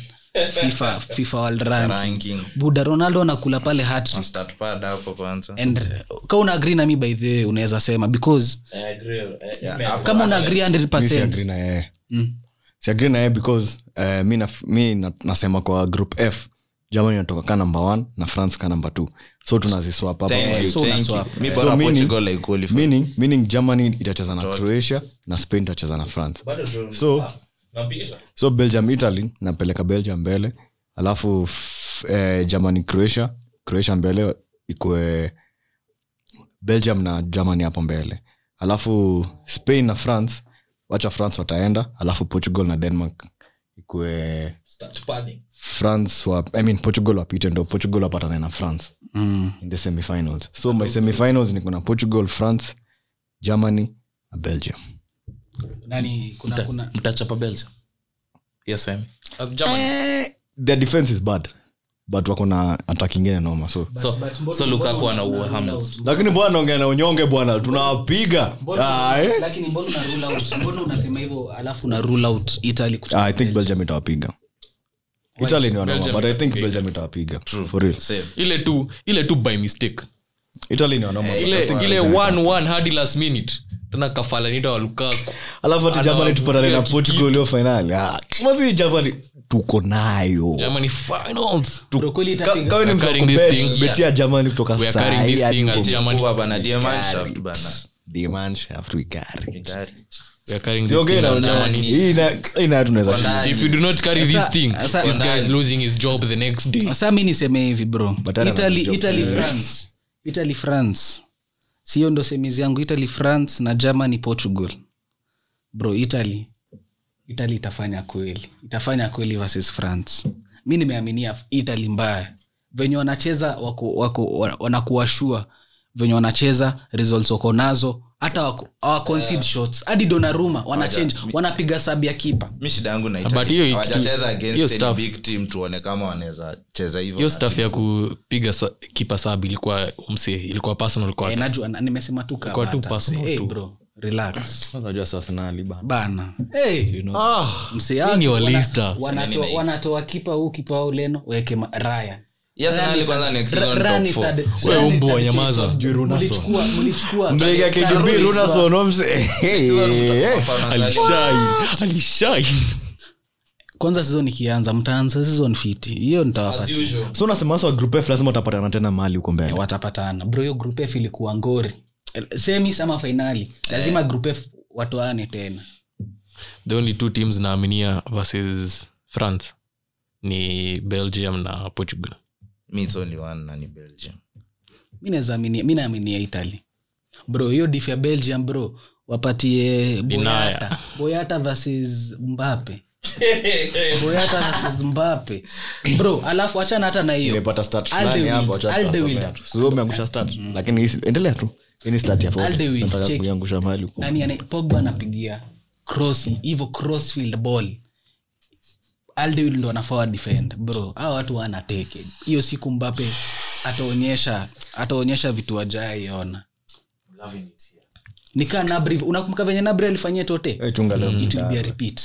fifa fifa world rank
ranking
buda ronaldo anakula pale hat
start pad hapo kwanza
and ka una agree na mi by the way unaweza sema because
I agree. Eh,
Yeah,
amen.
hapo-
kama una agree
Mi
100
siagree na yeye
Mm.
siagree na yeye because eh, mi, naf- mi na, nasema kwa group f germany inatoka ka number one na france ka number two so tunaziswap hapa
Thank you,
Eh, So
thank
unaswap.
you. Mi
So
bora
meaning-
Portugal haiqualify.
meaning, meaning germany itacheza na
Toki.
croatia na spain itacheza na france
Bado tu-
So-
Ah, napita.
so belgium italy napeleka belgium mbele alafu f- eh, germany croatia croatia mbele ikue belgium na germany hapo mbele alafu spain na france wacha france wataenda alafu portugal na denmark ikue
Start padding.
france wa, I mean, portugal wapite ndo portugal wapatane na france mm. in the semifinals so my semifinals niko na portugal france germany na belgium
nani kuna, kuna,
mtachapa belgium yes, Amy.
That's Germany.
eh, their defense is bad but wako na attack ingine noma so
so, so lukaku anaua hamlet
lakini bwana naongea na unyonge bwana tunawapiga Ah, eh?
lakini mbona una rule out mbona unasema hivyo alafu una rule out italy kuta-
Ah, i think belgium itawapiga italy ni wanoma
Belgium
but i think belgium itawapiga for real
Same.
ile tu ile tu by mistake
italy ni wanoma but Oh, I
Eh,
Oh.
ile
think-
ile one one hadi last minute tena kafalanita walukaku
alafu hati jamani tupatane na
Anawapiga
portugal hiyo finali Ah, kama si jamani tuko nayo
germany finals
Bro, kweli
Ka-
itapiga.
kawe ni mtu wa
carrying this
kubet,
thing.
betia jamani kutoka
we are
saa
carrying
hii
this
hadi
thing at
Bongo.
germany
Kuwa bana, dear man shaft bana.
Demand shaft we carry.
Gari.
we are carrying this
Siongei
thing
na
at
nani.
germany
Hii ina- hii nayo tunaweza shinda.
if you do not carry this
Sasa-
thing
sasa-
this guy is losing his job the next day
saa mi niseme hivi bro
hata na
italy
jobs,
italy
eh.
france italy france siyo ndo semizi yangu italy france na germany portugal bro italy italy itafanya kweli itafanya kweli versus france mi nimeaminia italy mbaya venye wanacheza wako, wako wana- wanakuwa shua venye wanacheza results wako nazo hata wako- hawaconcede shots hadi donaruma wanachange wanapiga sabi ya kipa
mi shida yangu na
But hiyo-
Italy. Hawajacheza
hiyo
against any
stuff-
big team tuone kama wanaweza cheza hivyo
hiyo
na
staff ya kupiga sa, kipa sab ilikuwa umse ilikuwa personal kwake
Eh, najua na- nimesema tu
Kwa tu
kama
pass,
hey,
tu.
bro relax
Bana.
bana
Eh.
hey,
ah,
mseani
Nini wa Leicester?
wanatoa wanatoa kipa huu kipa wao leno weke ma- raya
Yes, Arsenal kwanza next season top four.
We umbu wanyamaza.
mlichukua mlichukua
Mbele ya KDB,
Tarudi
Runa
sawa.
Son, omse- Hey, hey.
Wafana Zali-
alishine alishine
kwanza sizon ikianza mtaanza sizon fiti hiyo nitawapata
so unasema sasa wa group f lazima utapatana tena mali huko mbele
watapatana bro hiyo group f ilikuwa ngori semi sama fainali
Eh.
lazima group f watoane tena
the only two teams naaminia versus france ni belgium na portugal
Mi it's only one na ni Belgium.
mi naezaminia mi naaminia italy bro hiyo dif ya belgium bro wapatie boyata
Inaya.
boyata versus mbape boyata versus mbape bro alafu achana hata na hiyo
Nimepata stat
Alde
fulani
will-
hapo, acha
Alde
tutasomea
will-
tu. Sio umeangusha stat, lakini hii- endelea tu Hii ni stat ya forward.
Alde will
Nataka
check.
kuiangusha mali huko.
nani ana pogba anapigia cross hivyo crossfield ball aldewil ndo anafaa defend bro hawa watu wanateke hiyo siku mbape ataonyesha ataonyesha vitu wajaiona nikaa nabri unakumbuka venye nabri alifanyia tote
Eh, chunga
Mm.
leo
it will be a
msidarwe.
repeat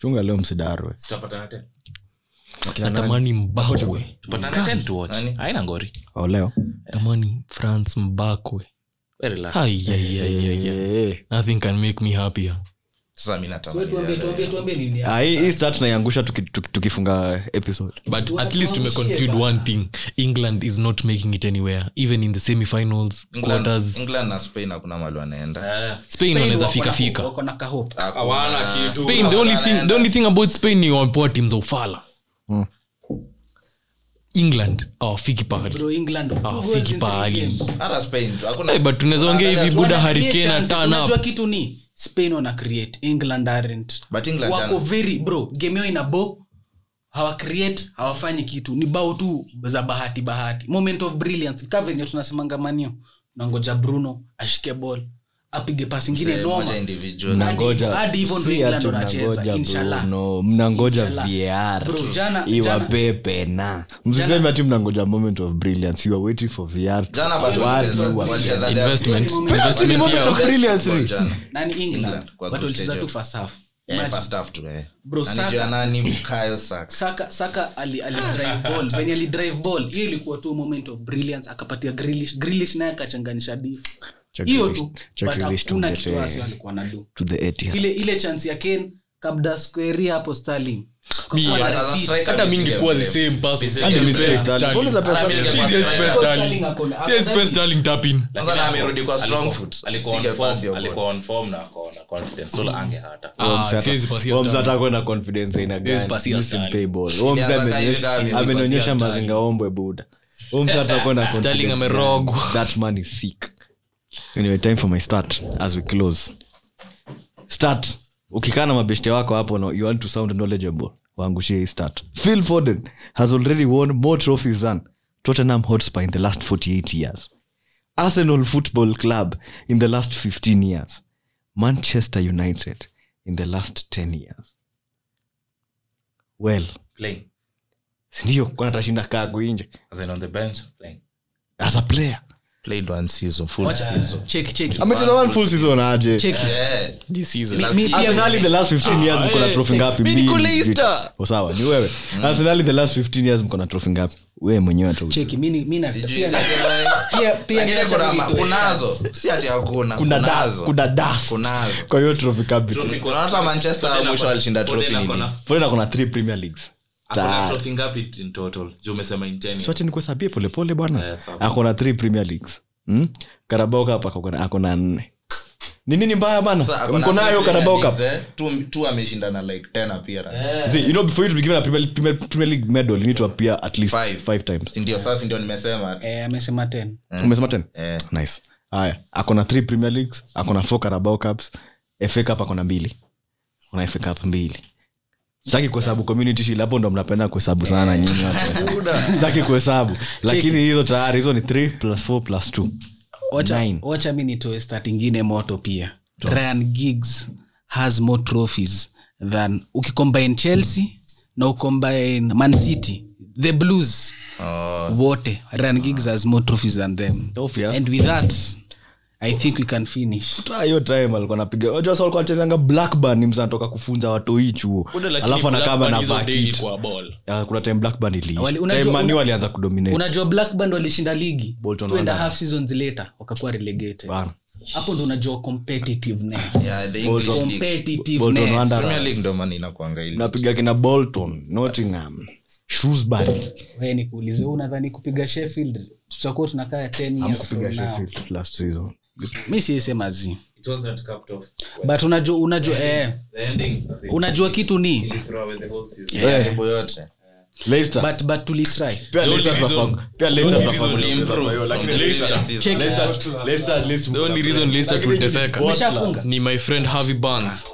chunga leo msidarwe
natamani mbakwe
Come to watch.
Nani?
haina ngori
Au Oh, leo
tamani france mbakwe Aiyaiyaiya.
Eh.
nothing can make me happier
Sasa mi natamani Zali.
Ah, hii hii stat naiangusha tuki- tuki- tukifunga episode
but at least tumeconclude one thing england is not making it anywhere even in the semifinals
England-
quarters
England na spain hakuna mali wanaenda
Ah,
spain wanaweza fika fika
Hakuna.
spain the only, thing, the only thing about spain ni wapoa tims za ufala
Hmm.
england oh, awafiki pahali
Ah,
awafiki pahali
hata spain tu hakuna
Eh, but tunaweza ongea hivi buda harikena
tanajua
tanap
kitu ni spain wana create england aren't
but england
wako
hana.
very bro game yao ina bo hawa create hawafanyi kitu ni bao tu za bahati bahati moment of brilliance ka venye tunasemanga manio nangoja bruno ashike ball apige pasi ingine
Msee
noma
moja individual.
mnangoja
hadi hivyo ndo
si
England
ati
wanacheza,
mnangoja
inshallah.
Bruno, mnangoja
Inshallah.
VR
Bro, jana-
iwapepe na msiseme ati mnangoja moment of brilliance you are waiting for VR to-
Jana bado
Why
walicheza-
you are-
walicheza their-
investment
Penalty ni
investment
moment
yao
of brilliance.
Ball jana.
nani england
England, kwa
but
group
walicheza
stage
tu
yao.
first half
Eh,
Imagine.
first half tu, eh.
Bro,
Na nijua
Saka-
nani Bukayo Saka.
saka saka ali, ali drive ball venye ali drive ball hiyo ilikuwa tu moment of brilliance akapatia grilish grilish naye akachanganisha difu
Chuck
hiyo
Grealish-
tu
Chuck
but
Grealish
hakuna
to get,
kitu
eh,
asi walikuwa na do
to the Etihad.
ile ile chance ya ken kabda square hapo starling
Mi-
Kwa-
But
kwa-
as a striker,
hata
mi
mi
singekuwa
ningekuwa the
mrembo.
same person
Hadi mistake Sterling. Bonus za pesa-
Sterling ako na-
csp starling tapin
Sasa na amerudi kwa strong foot. Singefasi hiyo ball.
Mm. Huo msee
Ah,
ata-
siwezi pasia
huo msee
Sterling.
atakuwa na confidence aina gani?
Siwezi pasia
Mi simpei
Sterling.
ball. Huo msee
Ilianza kama
amenyesha-
hivi kama hivi,
amenyesha
pasia
mazinga ombwe buda Huo msee atakuwa na confidence
Sterling
gani?
amerogwa.
That man is sick. Anyway, time for my start as we close. Start. ukikaa na mabeshte wako hapo na you want to sound knowledgeable waangushie hii start phil foden has already won more trophies than tottenham hotspur in the last 48 years arsenal football club in the last 15 years manchester united in the last 10 years well
Playing.
sindio kwani atashinda kaa kuinje
As in on the bench, playing.
as a player
played one season full season
Check, check.
amecheza one full season aje
Check.
yeah
This season.
Mi- pia-
Arsenal in the last 15 years mko na trophy ngapi?
Mi niko
Mbili.
Leicester.
Oh, sawa, ni wewe. Arsenal in the last 15 years mko na trophy ngapi? Wewe mwenyewe tu.
Cheki, mi ni- mi na-
Sijui
pia-
sasa wewe.
pia- pia
Lakini
niacha
kuna-
mimi tu-
kunazo si ati hakuna
Kuna da-
kunazo
kuna dust.
Kunazo.
Kwa hiyo trophy capital.
Kuna watu wa manchester wa mwisho walishinda trophy
Foden
ni
ako
nini
na-
Foden ako na three Premier Leagues.
ako na
Ta-
trophy ngapi in total? Juu umesema in 10 years.
So acha nikuhesabie polepole bwana.
Eh, sawa.
Ako na three Premier Leagues. Hmm? Carabao Cup ako na- ako na nne. Ni nini mbaya
Sasa,
bana?
ako na
Mko nayo
Premier
Carabao Cup. Eh.
Leagues, eh. Two- two ameshinda na like 10 appearance
See, you know before you to be given a Premier, Premier, Premier League medal you need to appear at least
Five.
5 times.
sindio sasa sindio nimesema
Eh, amesema 10.
Umesema 10?
Eh.
nice haya akona th premier leagues akona f carabao cups fa cup akona mbili akona fa cup mbili saki kuhesabu community shield hapo ndo mnapenda kuhesabu sana nyinyi watu. saki kuhesabu lakini hizo tayari hizo ni 3 plus 4 plus 2
Wacha- Oh,
Nine.
wacha mi nitoe stat ingine moto pia ryan gigs has more trophies than ukicombine chelsea na ucombine mancity the blues
Ah.
wote ryan gigs has more trophies than them
Obvious.
and with that i think we can finish
Ta, hiyo time alikuwa napiga unajua sasa alikuwa anachezanga blackburn ni mzee anatoka kufunza watoi chuo alafu anakama na bakit kuna time blackburn
Wali-
iliisha
unajua-
time manu
una-
alianza kudominate
unajua blackband walishinda ligi
Bolton
two and a
Wanderers.
half seasons later wakakuwa relegated
Bana.
hapo ndo unajua competitiveness
Yeah, the English League.
Bolton
competitiveness
Wanderers.
Premier League ndo maana inakuanga ile.
napiga kina bolton nottingham shrewsbury
Wewe nikuulize wewe unadhani kupiga sheffield tutakuwa tunakaa 10 years from
amkupiga
now
sheffield last season
mi siisema zi
It wasn't capped off.
but unajua unajua eh,
The ending, as in,
unajua kitu ni
they throw away the whole season.
Yeah.
Karibu yote
Leicester.
but but tulitry
Pia Leicester
only reason-
tunafahamu- pia Leicester tunafahamu
reason
ni
improve
kwa hiyo, lakini Leicester-
Check.
Leicester- Leicester at least
The only
mna-
reason Leicester
Lakini
tuliteseka.
Butler-
Umeshafunga?
ni my friend harvey barnes